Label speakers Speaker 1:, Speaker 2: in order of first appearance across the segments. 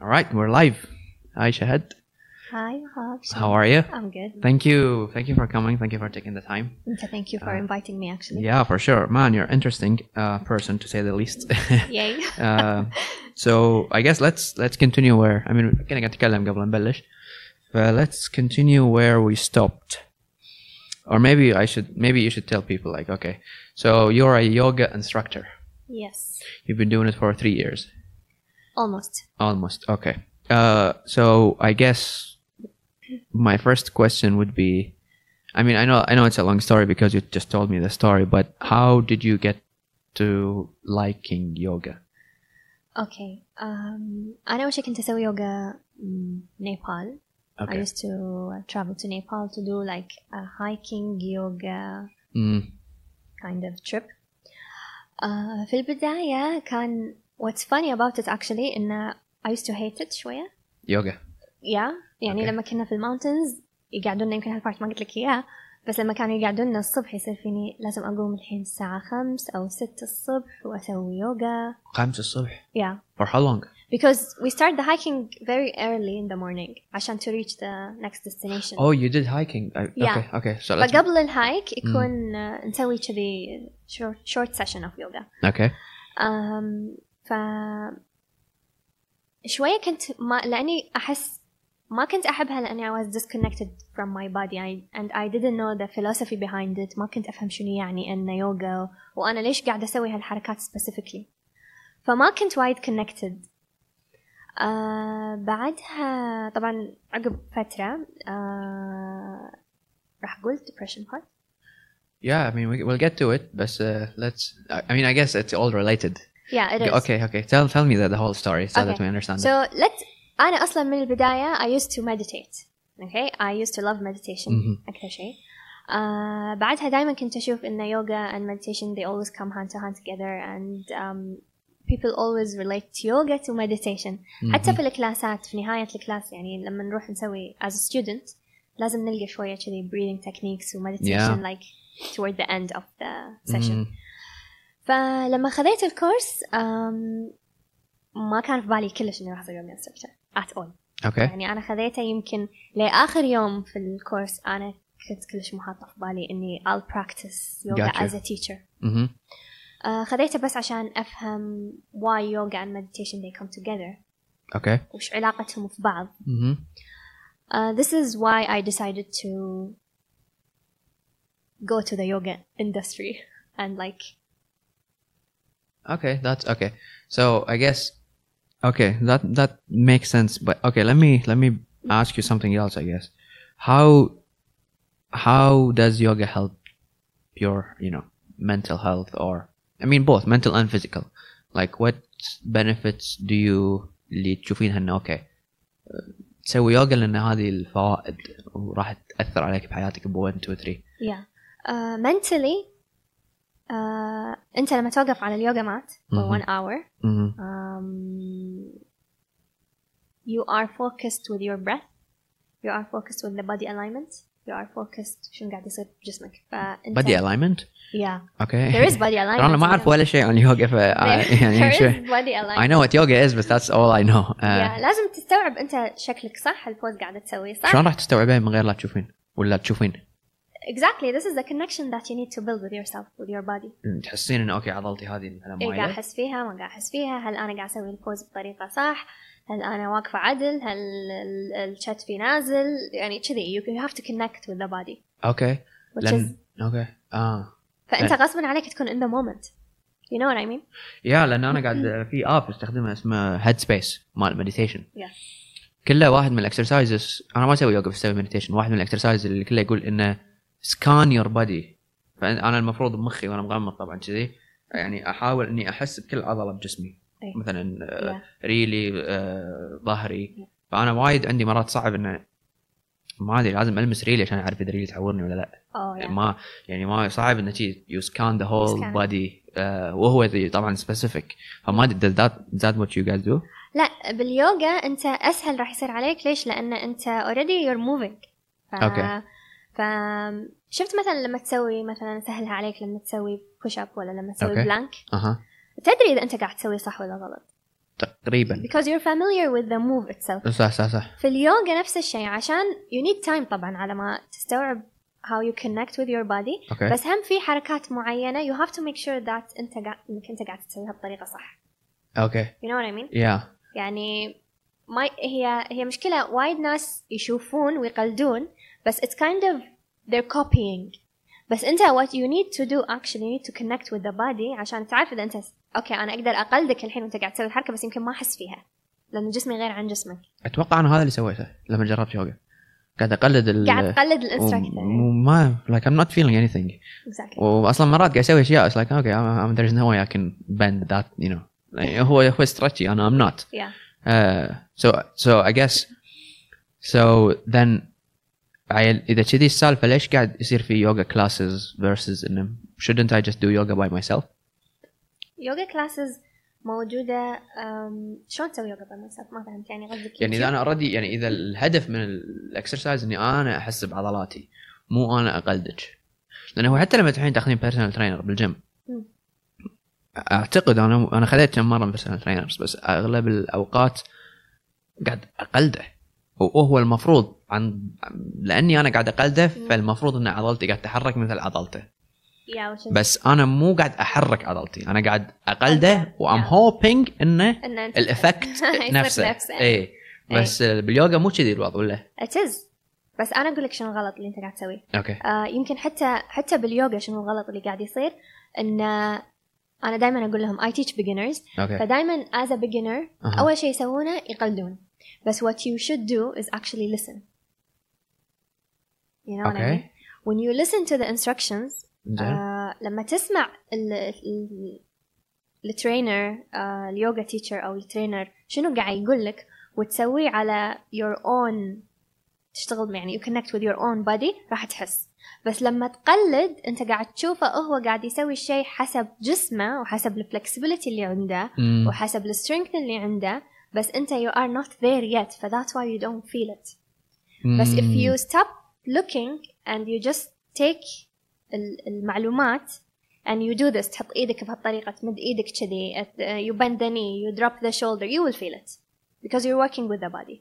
Speaker 1: right, we're live. Hi, Shahad.
Speaker 2: Hi, Hobbs.
Speaker 1: How are you?
Speaker 2: I'm good.
Speaker 1: Thank you. Thank you for coming. Thank you for taking the time.
Speaker 2: And so Thank you for
Speaker 1: Uh,
Speaker 2: inviting me, actually.
Speaker 1: Yeah, for sure. Man, you're an interesting uh, person to say the least.
Speaker 2: Yay.
Speaker 1: آه، so I guess let's let's continue where I mean كنا قاعد نتكلم قبل ما نبلش ف let's continue where we stopped or maybe I should maybe you should tell people like okay so you're a yoga instructor
Speaker 2: yes.
Speaker 1: you've been doing it for three years
Speaker 2: Almost.
Speaker 1: almost okay uh, so I guess my first question would be I mean I know I know it's a long story because you just told me the story but how did you get to liking yoga
Speaker 2: Okay. Um, أنا أول شي كنت أسوي يوغا mm, نيبال. I used to uh, travel to Nepal to do like a hiking yoga
Speaker 1: Mm.
Speaker 2: kind of trip. Uh, في البداية كان what's funny about it actually إن I used to hate it شوية.
Speaker 1: يوغا
Speaker 2: يا يعني
Speaker 1: Okay.
Speaker 2: لما كنا في الماونتنز يقعدونا يمكن هالبارت ما قلت لك اياه بس لما كانوا يقعدونا الصبح يصير فيني لازم اقوم الحين الساعة خمس او ست الصبح واسوي يوغا
Speaker 1: خمسة الصبح
Speaker 2: yeah
Speaker 1: for how long
Speaker 2: because we start the hiking very early in the morning عشان to reach the next destination
Speaker 1: oh you did hiking I,
Speaker 2: Yeah.
Speaker 1: okay okay so let's
Speaker 2: فقبل الهايك يكون آه، نسوي كذي short, short session of yoga
Speaker 1: okay
Speaker 2: أم ف شوية كنت ما لأني أحس ما كنت أحبها لأني I was disconnected from my body I, and I didn't know the philosophy behind it ما كنت أفهم شنو يعني أن يوغا وأنا ليش قاعدة أسوي هالحركات specifically فما كنت وايد connected آه بعدها طبعا عقب فترة آه راح أقول depression part
Speaker 1: yeah I mean we, we'll get to it but uh, let's I, I mean I guess it's all related
Speaker 2: yeah it is
Speaker 1: okay okay tell tell me the, the whole story so that
Speaker 2: Okay.
Speaker 1: we understand it.
Speaker 2: So let أنا أصلا من البداية I used to meditate. Okay, I used to love meditation
Speaker 1: Mhm.
Speaker 2: أكثر شيء. Uh, بعدها دائما كنت أشوف إن yoga and meditation they always come hand to hand together and um, people always relate yoga to meditation. حتى
Speaker 1: Mhm.
Speaker 2: في الكلاسات في نهاية الكلاس يعني لما نروح نسوي as a student لازم نلقى شوية كذي breathing techniques و meditation like toward the end of the session.
Speaker 1: Mhm.
Speaker 2: فلما خذيت الكورس أم، ما كان في بالي كلش اني راح اسوي يوم انستركتور ات اول
Speaker 1: Mm-hmm. okay
Speaker 2: يعني انا خذيته يمكن لاخر يوم في الكورس انا كنت كلش محاطه في بالي اني I'll practice yoga
Speaker 1: Gotcha.
Speaker 2: as a teacher
Speaker 1: Mhm.
Speaker 2: أه، خذيته بس عشان افهم why yoga and meditation they come together
Speaker 1: okay
Speaker 2: وش علاقتهم في بعض
Speaker 1: Mhm.
Speaker 2: Uh, this is why I decided to go to the yoga industry and like
Speaker 1: okay that's okay so I guess okay that that makes sense but okay let me let me ask you something else I guess how how does yoga help your you know mental health or I mean both mental and physical like what benefits do you اللي تشوفينها انه اوكي uh, تسوي يوغا لان هذه الفوائد وراح تاثر عليك بحياتك ب 1 2 3
Speaker 2: yeah uh, mentally uh, انت لما توقف على اليوغا مات for
Speaker 1: مهم.
Speaker 2: one hour
Speaker 1: مهم.
Speaker 2: um, you are focused with your breath you are focused with the body alignment you are focused شنو قاعد يصير بجسمك فانت
Speaker 1: body alignment
Speaker 2: yeah
Speaker 1: اوكي
Speaker 2: there is body alignment
Speaker 1: انا ما اعرف ولا شيء عن يوغا ف يعني
Speaker 2: there
Speaker 1: شو
Speaker 2: is body
Speaker 1: I
Speaker 2: alignment
Speaker 1: know what yoga is but that's all I know.
Speaker 2: yeah.
Speaker 1: Uh,
Speaker 2: لازم تستوعب انت شكلك صح البوز قاعده تسويه صح
Speaker 1: شلون راح تستوعبين من غير لا تشوفين ولا تشوفين
Speaker 2: exactly this is the connection that you need to build with yourself with your body
Speaker 1: تحسين انه اوكي عضلتي هذه مثلا
Speaker 2: ايه قاعد
Speaker 1: معينه
Speaker 2: احس فيها ما قاعد احس فيها هل انا قاعد اسوي البوز بطريقه صح هل انا واقفه عدل هل ال- الشات في نازل يعني كذي you you have to connect with the body
Speaker 1: اوكي
Speaker 2: which is
Speaker 1: لان اوكي اه
Speaker 2: فانت غصبا عليك تكون in the moment you know what I mean
Speaker 1: يا لان انا قاعد في اب استخدمها اسمها هيد سبيس مال مديتيشن
Speaker 2: Yeah.
Speaker 1: كله واحد من الاكسرسايزز انا ما اسوي يوقف اسوي مديتيشن واحد من الاكسرسايز اللي كله يقول انه سكان يور بادي فانا المفروض بمخي وانا مغمض طبعا كذي يعني احاول اني احس بكل عضله بجسمي
Speaker 2: إيه.
Speaker 1: مثلا آه،
Speaker 2: yeah.
Speaker 1: ريلي آه، ظهري
Speaker 2: Yeah.
Speaker 1: فانا وايد عندي مرات صعب انه ما ادري لازم المس ريلي عشان اعرف اذا ريلي تعورني ولا لا
Speaker 2: oh yeah
Speaker 1: ما يعني ما صعب انه شي يو سكان ذا
Speaker 2: You
Speaker 1: هول
Speaker 2: scan.
Speaker 1: بادي آه، وهو ذي طبعا سبيسيفيك فما ادري does that is that what you guys do
Speaker 2: لا باليوغا انت اسهل راح يصير عليك ليش لان انت already you're moving ف...
Speaker 1: أوكي.
Speaker 2: ف شفت مثلا لما تسوي مثلا سهلها عليك لما تسوي push up ولا لما تسوي
Speaker 1: أوكي.
Speaker 2: بلانك
Speaker 1: اها
Speaker 2: تدري اذا انت قاعد تسوي صح ولا غلط
Speaker 1: تقريبا
Speaker 2: because you're familiar with the move itself
Speaker 1: صح صح صح
Speaker 2: في اليوغا نفس الشيء عشان you need time طبعا على ما تستوعب how you connect with your body
Speaker 1: اوكي
Speaker 2: بس هم في حركات معينة you have to make sure that انت قاعد انك انت قاعد تسويها بطريقة صح
Speaker 1: اوكي
Speaker 2: you know what I mean
Speaker 1: يا
Speaker 2: يعني ما هي هي مشكلة وايد ناس يشوفون ويقلدون بس it's kind of they're copying بس انت what you need to do actually you need to connect with the body عشان تعرف اذا انت اوكي انا اقدر اقلدك الحين وانت قاعد تسوي الحركة بس يمكن ما احس فيها لانه جسمي غير عن جسمك
Speaker 1: اتوقع انا هذا اللي سويته لما جربت يوغا قاعد اقلد ال
Speaker 2: قاعد تقلد الانستراكتور
Speaker 1: وما like I'm not feeling anything
Speaker 2: exactly.
Speaker 1: واصلا مرات قاعد اسوي اشياء it's like okay I'm, I'm, there's no way I can bend that you know Like, هو هو stretchy انا I'm not
Speaker 2: yeah
Speaker 1: Uh, so so I guess so then عيل اذا كذي السالفه ليش قاعد يصير في يوغا كلاسز versus انه shouldn't I just do yoga by myself؟
Speaker 2: يوغا كلاسز موجودة أم، شلون تسوي يوغا باي مايسلف ما فهمت يعني قصدك
Speaker 1: يعني اذا
Speaker 2: يوتيوب؟
Speaker 1: انا اوريدي يعني اذا الهدف من الاكسرسايز اني انا احس بعضلاتي مو انا اقلدك لانه حتى لما الحين تاخذين بيرسونال ترينر بالجيم
Speaker 2: مم.
Speaker 1: اعتقد انا انا خذيت كم مره بيرسونال ترينرز بس اغلب الاوقات قاعد اقلده وهو المفروض عن لاني انا قاعد اقلده
Speaker 2: مم.
Speaker 1: فالمفروض ان عضلتي قاعد تتحرك مثل عضلته
Speaker 2: يا وش
Speaker 1: بس انا مو قاعد احرك عضلتي انا قاعد اقلده وام
Speaker 2: Yeah.
Speaker 1: هوبينج انه
Speaker 2: إن أنت-
Speaker 1: الافكت
Speaker 2: يصير
Speaker 1: نفسه إيه. اي
Speaker 2: إيه.
Speaker 1: بس باليوغا مو كذي الوضع ولا
Speaker 2: It is. بس انا اقول لك شنو الغلط اللي انت قاعد تسويه
Speaker 1: اوكي
Speaker 2: آه يمكن حتى حتى باليوغا شنو الغلط اللي قاعد يصير ان آه، انا دائما اقول لهم I teach beginners
Speaker 1: اوكي
Speaker 2: فدائما as a beginner
Speaker 1: أها.
Speaker 2: اول شيء يسوونه يقلدون بس what you should do is actually listen you know what I
Speaker 1: اوكي
Speaker 2: mean when you listen to the instructions
Speaker 1: زين
Speaker 2: يعني، آه لما تسمع ال- ال- الترينر آه اليوغا تيتشر او الترينر شنو قاعد يقول لك وتسويه على your own تشتغل يعني you connect with your own body راح تحس بس لما تقلد انت قاعد تشوفه هو قاعد يسوي الشيء حسب جسمه وحسب الفلكسبيليتي اللي عنده
Speaker 1: أمم،
Speaker 2: وحسب السترينث اللي عنده بس انت you are not there yet ف that's why you don't feel it بس if
Speaker 1: أمم.
Speaker 2: you stop looking and you just take ال- المعلومات and you do this تحط ايدك بهالطريقة تمد ايدك كذي at- uh, you bend the knee you drop the shoulder you will feel it because you're working with the body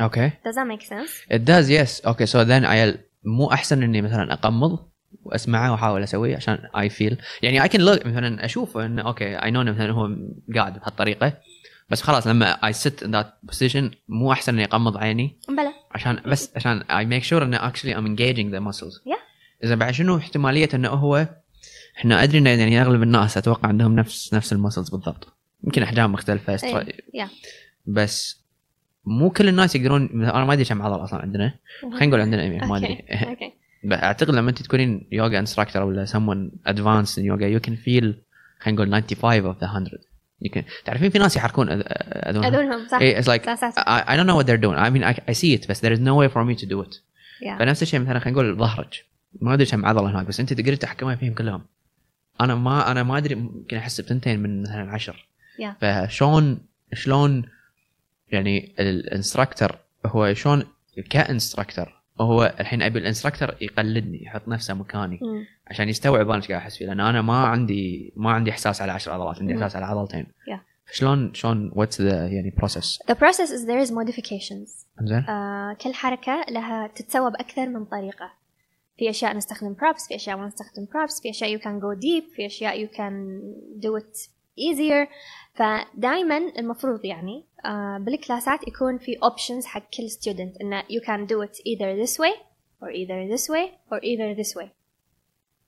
Speaker 1: اوكي
Speaker 2: does that make sense
Speaker 1: it does yes اوكي so then عيل مو احسن اني مثلا اقمض واسمعه واحاول اسويه عشان اي فيل يعني اي كان look مثلا اشوف انه اوكي اي نو مثلا هو قاعد بهالطريقه بس خلاص لما اي sit in that position مو احسن اني اقمض عيني
Speaker 2: بلى
Speaker 1: عشان بس عشان اي ميك شور انه actually I'm engaging the muscles.
Speaker 2: Yeah.
Speaker 1: اذا بعد شنو احتماليه انه هو احنا ادري انه يعني اغلب الناس اتوقع عندهم نفس نفس المسلز بالضبط. يمكن احجام مختلفه استرا...
Speaker 2: إيه، yeah.
Speaker 1: بس مو كل الناس يقدرون انا ما ادري كم عضله اصلا عندنا خلينا نقول عندنا 100 ما ادري
Speaker 2: اوكي
Speaker 1: بس اعتقد لما انت تكونين يوجا انستراكتور ولا someone advanced in yoga you can feel خلينا نقول 95 of the 100 you can تعرفين في ناس يحركون أذ- اذونهم
Speaker 2: اذونهم صح
Speaker 1: إيه, it's like
Speaker 2: صح صح صح.
Speaker 1: I, I don't know what they're doing. I mean, I, I see it, but there is no way for me to do it.
Speaker 2: Yeah.
Speaker 1: فنفس الشيء مثلا خلينا نقول ظهرك ما ادري كم عضله هناك بس انت تقدر تحكمها فيهم كلهم. انا ما انا ما ادري يمكن احس بثنتين من مثلا عشر.
Speaker 2: Yeah.
Speaker 1: فشلون شلون يعني الانستراكتور هو شلون كانستراكتور هو الحين ابي الانستراكتور يقلدني يحط نفسه مكاني
Speaker 2: مم.
Speaker 1: عشان يستوعب انا ايش قاعد احس فيه لان انا ما عندي ما عندي احساس على عشر عضلات عندي
Speaker 2: مم.
Speaker 1: احساس على عضلتين.
Speaker 2: Mm-hmm. Yeah.
Speaker 1: شلون شلون واتس ذا يعني بروسس
Speaker 2: the process is there is modifications
Speaker 1: زين؟
Speaker 2: آه، كل حركة لها تتسوى بأكثر من طريقة في أشياء نستخدم props في أشياء ما نستخدم props في أشياء you can go deep في أشياء you can do it easier فدايما المفروض يعني آه، بالكلاسات يكون في options حق كل student إنه you can do it either this way or either this way or either this way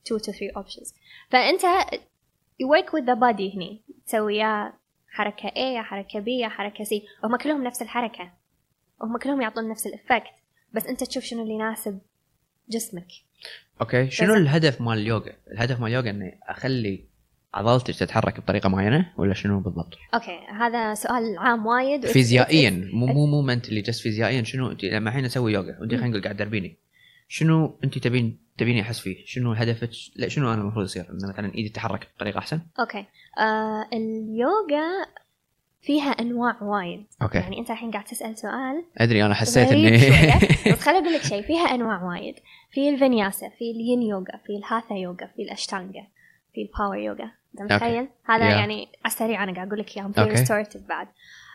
Speaker 2: two to three options فأنت you work with the body هني تسوي يا حركة A يا حركة B يا حركة C هم كلهم نفس الحركة هم كلهم يعطون نفس الافكت بس انت تشوف شنو اللي يناسب جسمك
Speaker 1: اوكي شنو
Speaker 2: بس-
Speaker 1: الهدف مال اليوغا؟ الهدف مال اليوغا اني اخلي عضلتك تتحرك بطريقه معينه ولا شنو بالضبط؟
Speaker 2: اوكي هذا سؤال عام وايد
Speaker 1: فيزيائيا مو مو مو منتلي جس فيزيائيا شنو انت لما الحين اسوي يوغا وانت خلينا نقول قاعد تدربيني شنو انت تبين تبيني احس فيه؟ شنو هدفك؟ لا شنو انا المفروض يصير؟ إن مثلا ايدي تتحرك بطريقه احسن؟
Speaker 2: اوكي آه اليوغا فيها انواع وايد
Speaker 1: اوكي
Speaker 2: يعني انت الحين قاعد تسال سؤال
Speaker 1: ادري انا حسيت
Speaker 2: غريب
Speaker 1: اني
Speaker 2: شوية، بس خليني اقول لك شيء فيها انواع وايد في الفنياسا في الين يوغا في الهاثا يوغا في الاشتانجا في الباور يوجا انت
Speaker 1: Okay.
Speaker 2: متخيل هذا
Speaker 1: Yeah.
Speaker 2: يعني على السريع انا قاعد اقول لك اياهم في
Speaker 1: Okay.
Speaker 2: ريستورتيف بعد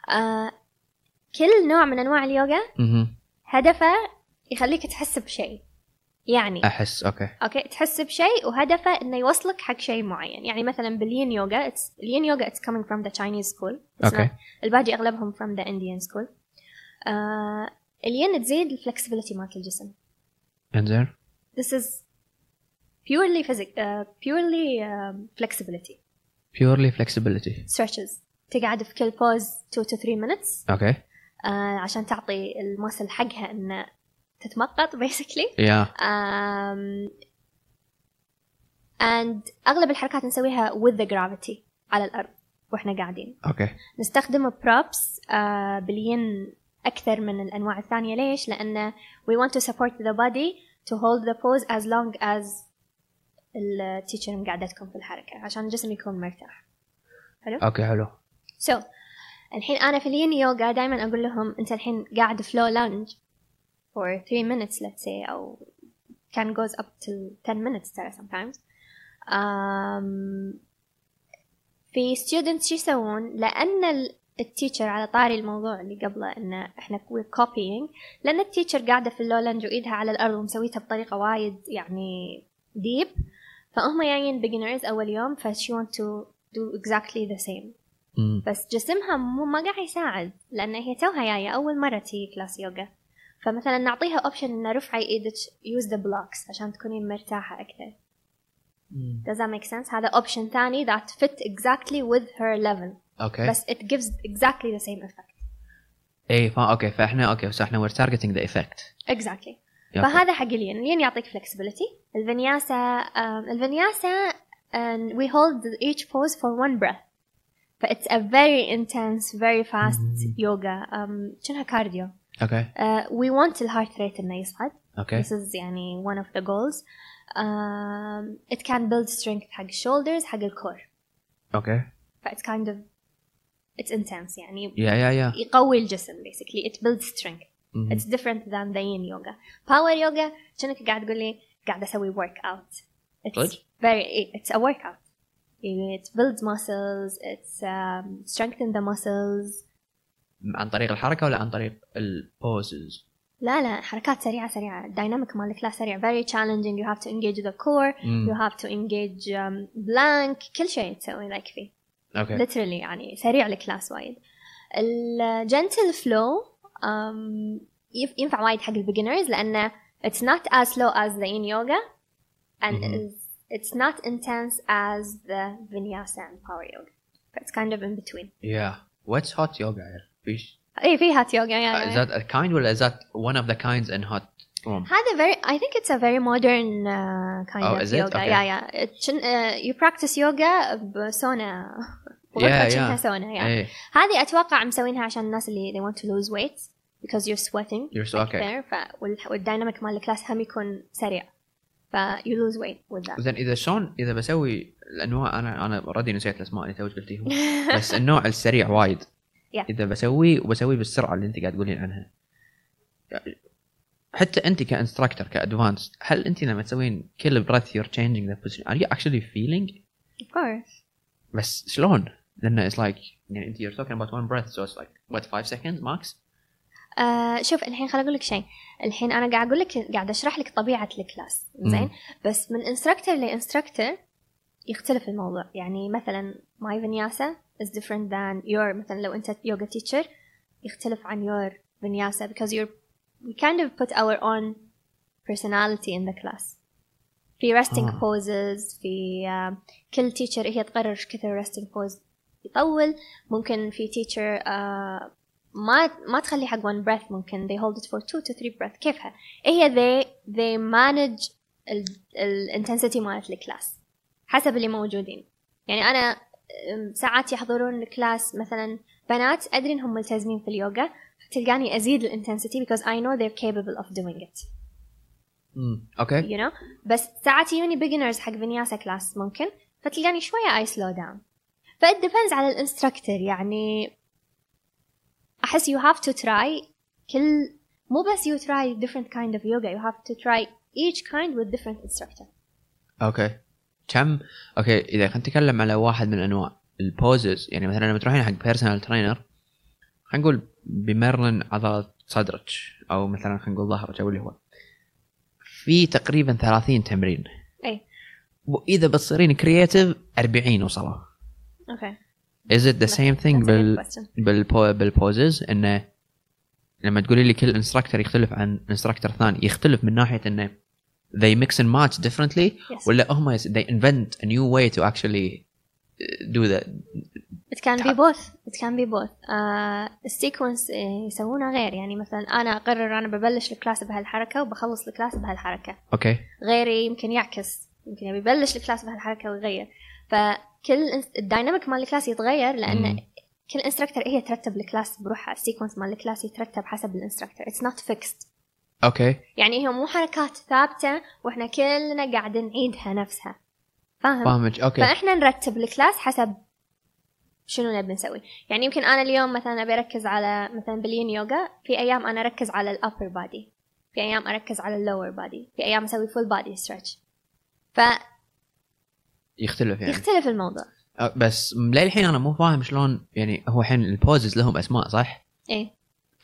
Speaker 2: آه كل نوع من انواع اليوجا
Speaker 1: مهم.
Speaker 2: هدفه يخليك تحس بشيء يعني
Speaker 1: احس اوكي
Speaker 2: اوكي تحس بشيء وهدفه انه يوصلك حق شيء معين يعني مثلا بالين يوغا it's الين يوغا it's coming from the Chinese school It's
Speaker 1: اوكي
Speaker 2: not- الباقي اغلبهم from the Indian school آه الين تزيد الفلكسبيتي مالت الجسم
Speaker 1: انزين
Speaker 2: this is purely physic uh, purely um, flexibility
Speaker 1: purely flexibility
Speaker 2: stretches تقعد في كل بوز 2 to 3 minutes
Speaker 1: اوكي
Speaker 2: آه عشان تعطي المسل حقها انه تتمقط basically
Speaker 1: يا
Speaker 2: um, and أغلب الحركات نسويها with the gravity على الأرض وإحنا قاعدين
Speaker 1: اوكي
Speaker 2: نستخدم props uh, بالين أكثر من الأنواع الثانية ليش؟ لأن we want to support the body to hold the pose as long as التيتشر مقعدتكم في الحركة عشان الجسم يكون مرتاح
Speaker 1: اوكي حلو
Speaker 2: so الحين أنا في الين يوغا دائما أقول لهم أنت الحين قاعد flow lunge for 3 minutes let's say أو can goes up to 10 minutes ترى sometimes um, في students شو يسوون لأن ال- التيتشر على طاري الموضوع اللي قبله ان احنا we're copying لان التيتشر قاعده في اللولند وايدها على الارض ومسويتها بطريقه وايد يعني ديب فهم جايين beginners اول يوم ف she want to do exactly the same
Speaker 1: مم.
Speaker 2: بس جسمها مو ما قاعد يساعد لان هي توها جايه اول مره تي كلاس يوغا فمثلا نعطيها اوبشن ان رفعي ايدك يوز ذا بلوكس عشان تكونين مرتاحه اكثر does that make sense هذا اوبشن ثاني that fit exactly with her level
Speaker 1: إيه. اوكي
Speaker 2: بس it gives exactly the same effect
Speaker 1: اي إيه، فا اوكي فاحنا اوكي بس احنا we're targeting the effect
Speaker 2: exactly
Speaker 1: يا أوكي.
Speaker 2: فهذا حق الين الين يعطيك flexibility الفنياسا um, الفنياسا and we hold each pose for one breath ف it's a very intense very fast
Speaker 1: مم.
Speaker 2: yoga um, شنها كارديو
Speaker 1: اوكي
Speaker 2: Uh, we want الهارت rate انه يصعد.
Speaker 1: اوكي
Speaker 2: This is يعني one of the goals. Um, it can build strength حق shoulders حق الكور.
Speaker 1: اوكي
Speaker 2: ف it's kind of it's intense يعني
Speaker 1: يا يا يا
Speaker 2: يقوي الجسم basically it builds strength.
Speaker 1: مم.
Speaker 2: It's different than the yin yoga. Power yoga شنك قاعد تقول لي قاعد اسوي workout. It's
Speaker 1: صدق؟
Speaker 2: very it's a workout. يعني It builds muscles, it's um, strengthen the muscles.
Speaker 1: عن طريق الحركه ولا عن طريق البوزز
Speaker 2: لا لا حركات سريعة سريعة الديناميك مالك لا سريع very challenging you have to engage the core you have to engage um, blank كل شيء تسوي لك فيه
Speaker 1: اوكي
Speaker 2: literally يعني سريع الكلاس وايد uh, الجنتل فلو um, ينفع وايد حق البيجنرز لأنه it's not as slow as the in yoga and
Speaker 1: Mhm.
Speaker 2: is- it's not intense as the vinyasa and power yoga it's kind of in between
Speaker 1: يا واتس هوت يوجا فيش
Speaker 2: اي في هات يوغا
Speaker 1: Uh,
Speaker 2: يعني
Speaker 1: Is that a kind ولا is that one of the kinds in hot room?
Speaker 2: هذا very I think it's a very modern uh, kind
Speaker 1: Oh,
Speaker 2: of
Speaker 1: is it?
Speaker 2: yoga.
Speaker 1: Okay.
Speaker 2: Yeah, yeah. It, shouldn't- uh, you practice yoga uh, بسونا.
Speaker 1: Yeah,
Speaker 2: شنها
Speaker 1: yeah.
Speaker 2: سونا yeah.
Speaker 1: ايه
Speaker 2: هذه أتوقع مسوينها عشان الناس اللي they want to lose weight because you're sweating.
Speaker 1: You're so- okay.
Speaker 2: there ف وال- والديناميك مال الكلاس هم يكون سريع. ف you lose weight with that.
Speaker 1: زين اذا شلون اذا بسوي الانواع انا انا اوريدي نسيت الاسماء اللي توج قلتيهم بس النوع السريع وايد
Speaker 2: Yeah.
Speaker 1: اذا بسويه وبسويه بالسرعه اللي انت قاعد تقولين عنها حتى انت كانستراكتور كادفانس هل انت لما تسوين كل بريث يور changing ذا position ار يو اكشلي فيلينج
Speaker 2: of course.
Speaker 1: بس شلون؟ لان اتس لايك يعني انت you're talking about one breath so it's like what 5 seconds max
Speaker 2: آه شوف الحين خل اقول لك شيء الحين انا قاعد اقول لك قاعد اشرح لك طبيعه الكلاس زين
Speaker 1: مم.
Speaker 2: بس من انستراكتور لانستراكتور يختلف الموضوع يعني مثلا ماي فينياسا is different than your مثلا لو انت يوجا تيتشر يختلف عن your vinyasa because you're we kind of put our own personality in the class في resting
Speaker 1: آه.
Speaker 2: poses في آه، كل تيتشر هي تقرر إيش كثر resting pose يطول ممكن في تيتشر ما ما تخلي حق one breath ممكن they hold it for two to three breath كيفها إيه هي they they manage الانتنسيتي مالت الكلاس حسب اللي موجودين يعني انا أم، ساعات يحضرون كلاس مثلا بنات ادري انهم ملتزمين في اليوغا تلقاني ازيد الانتنسيتي because I know they're capable of doing it
Speaker 1: امم اوكي
Speaker 2: you know بس ساعات يجوني beginners حق فينياسا كلاس ممكن فتلقاني شوية اي سلو داون فات depends على الانستراكتور يعني احس you have to try كل مو بس you try different kind of yoga you have to try each kind with different instructor
Speaker 1: اوكي كم اوكي اذا كنت اتكلم على واحد من انواع البوزز يعني مثلا لما تروحين حق بيرسونال ترينر خلينا نقول بمرن عضلات صدرك او مثلا خلينا نقول ظهرك او اللي هو في تقريبا 30 تمرين
Speaker 2: أي.
Speaker 1: واذا بتصيرين كرييتيف 40 وصلوا
Speaker 2: اوكي
Speaker 1: از ات ذا سيم ثينج
Speaker 2: That's a good
Speaker 1: بال
Speaker 2: question.
Speaker 1: بالبو بالبوزز انه لما تقولي لي كل انستراكتور يختلف عن انستراكتور ثاني يختلف من ناحيه انه they mix and match differently
Speaker 2: Yes.
Speaker 1: ولا هم يس- they invent a new way to actually uh, do that
Speaker 2: It can be
Speaker 1: تع-
Speaker 2: both It can be both آه، السيكونس آه، يسوونه غير يعني مثلا أنا أقرر أنا ببلش الكلاس بهالحركة وبخلص الكلاس بهالحركة
Speaker 1: اوكي
Speaker 2: غيري يمكن يعكس يمكن يبي يبلش الكلاس بهالحركة ويغير فكل إنس- الدايناميك مال الكلاس يتغير لأن
Speaker 1: مم.
Speaker 2: كل انستراكتور هي ترتب الكلاس بروحها السيكونس مال الكلاس يترتب حسب الانستراكتور اتس نوت فيكست
Speaker 1: اوكي
Speaker 2: يعني هي مو حركات ثابته واحنا كلنا قاعد نعيدها نفسها فاهم
Speaker 1: فاهمك اوكي
Speaker 2: فاحنا نرتب الكلاس حسب شنو نبي نسوي يعني يمكن انا اليوم مثلا ابي اركز على مثلا بالين يوغا في ايام انا اركز على الابر بادي في ايام اركز على اللور بادي في ايام اسوي فول بادي ستريتش
Speaker 1: يعني
Speaker 2: فيختلف
Speaker 1: يختلف يعني
Speaker 2: الموضوع
Speaker 1: أه، بس للحين انا مو فاهم شلون يعني هو الحين البوزز لهم اسماء صح؟
Speaker 2: ايه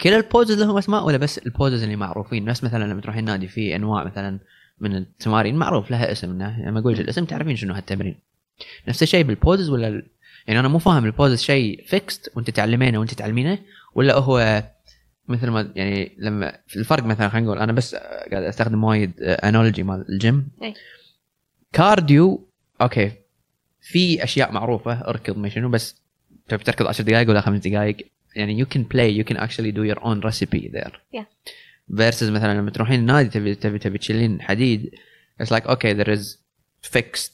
Speaker 1: كل البوزز لهم اسماء ولا بس البوزز اللي معروفين نفس مثلا لما تروحين نادي في انواع مثلا من التمارين معروف لها اسم إنه لما اقول لك الاسم تعرفين شنو هالتمرين نفس الشيء بالبوزز ولا ال- يعني انا مو فاهم البوزز شيء فيكست وانت تعلمينه وانت تعلمينه ولا هو مثل ما يعني لما في الفرق مثلا خلينا نقول انا بس آه، قاعد استخدم وايد انولوجي مال الجيم
Speaker 2: أي.
Speaker 1: كارديو اوكي في اشياء معروفه اركض ما شنو بس تبي تركض 10 دقائق ولا خمس دقائق يعني you can play you can actually do your own recipe there
Speaker 2: Yeah.
Speaker 1: versus مثلا لما تروحين النادي تبي تبي تبي تشيلين حديد it's like okay there is fixed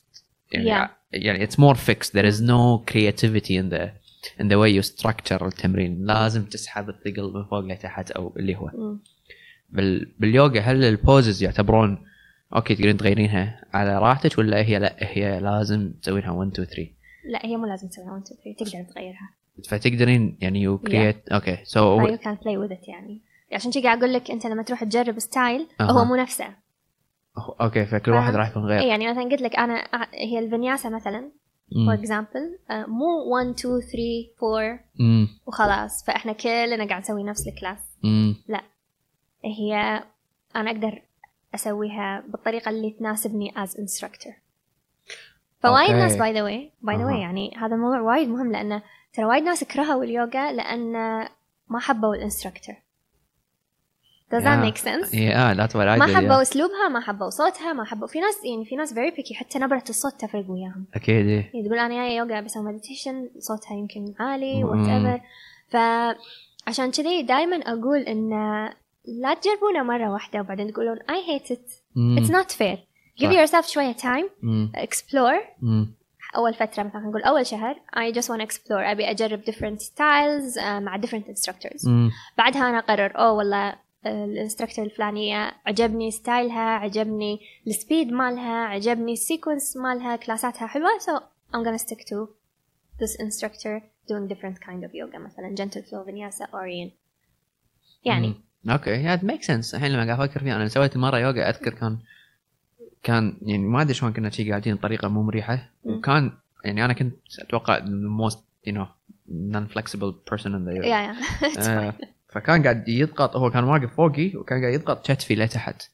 Speaker 1: يعني
Speaker 2: Yeah.
Speaker 1: يعني it's more fixed there is no creativity in the in the way you structure التمرين لازم تسحب الثقل من فوق لتحت او اللي هو
Speaker 2: مم.
Speaker 1: بال باليوغا هل البوزز يعتبرون اوكي تقدرين تغيرينها على راحتك ولا هي لا هي لازم تسوينها 1 2 3
Speaker 2: لا هي مو لازم تسويها 1 2 3 تقدر تغيرها
Speaker 1: فتقدرين يعني يو
Speaker 2: Yeah.
Speaker 1: كرييت اوكي سو
Speaker 2: يو كان بلاي وذ ات يعني عشان شي قاعد اقول لك انت لما تروح تجرب ستايل
Speaker 1: أها.
Speaker 2: هو مو نفسه
Speaker 1: اوكي فكل واحد
Speaker 2: فاهم؟
Speaker 1: راح يكون غير
Speaker 2: إيه، يعني مثلا قلت لك انا أع- هي الفنياسه مثلا
Speaker 1: مم.
Speaker 2: فور اكزامبل آه، مو 1 2 3 4
Speaker 1: مم.
Speaker 2: وخلاص فاحنا كلنا قاعد نسوي نفس الكلاس
Speaker 1: مم.
Speaker 2: هي انا اقدر اسويها بالطريقه اللي تناسبني از انستراكتور فوايد
Speaker 1: أوكي.
Speaker 2: ناس باي ذا واي باي ذا
Speaker 1: أها.
Speaker 2: واي يعني هذا الموضوع وايد مهم لانه ترى وايد ناس كرهوا اليوغا لان ما حبوا الانستراكتور Does that
Speaker 1: Yeah.
Speaker 2: make sense؟
Speaker 1: يا ذات وات
Speaker 2: ما حبوا اسلوبها ما حبوا صوتها ما حبوا في ناس يعني في ناس فيري بيكي حتى نبره الصوت تفرق وياهم
Speaker 1: اكيد إيه.
Speaker 2: يعني تقول انا جايه يوغا بسوي مديتيشن صوتها يمكن عالي
Speaker 1: مم.
Speaker 2: وات ايفر فعشان كذي دائما اقول ان لا تجربونه مره واحده وبعدين تقولون اي هيت ات
Speaker 1: مم.
Speaker 2: اتس نوت فير give
Speaker 1: صح.
Speaker 2: yourself شويه تايم
Speaker 1: مم.
Speaker 2: explore
Speaker 1: مم.
Speaker 2: اول فتره مثلا نقول اول شهر I just want to explore ابي اجرب different styles آه، مع different instructors
Speaker 1: مم.
Speaker 2: بعدها انا اقرر اوه والله الانستراكتور الفلانية عجبني ستايلها عجبني السبيد مالها عجبني السيكونس مالها كلاساتها حلوة so I'm gonna stick to this instructor doing different kind of yoga مثلا gentle flow vinyasa orient يعني
Speaker 1: مم. اوكي يا ميك سنس الحين لما قاعد افكر فيها انا سويت مره يوغا اذكر كان كان يعني ما ادري شلون كنا شي قاعدين بطريقه مو مريحه
Speaker 2: مم.
Speaker 1: وكان يعني انا كنت اتوقع the most you know non flexible person in the
Speaker 2: يا يا
Speaker 1: آه، فكان قاعد يضغط هو كان واقف فوقي وكان قاعد يضغط كتفي لتحت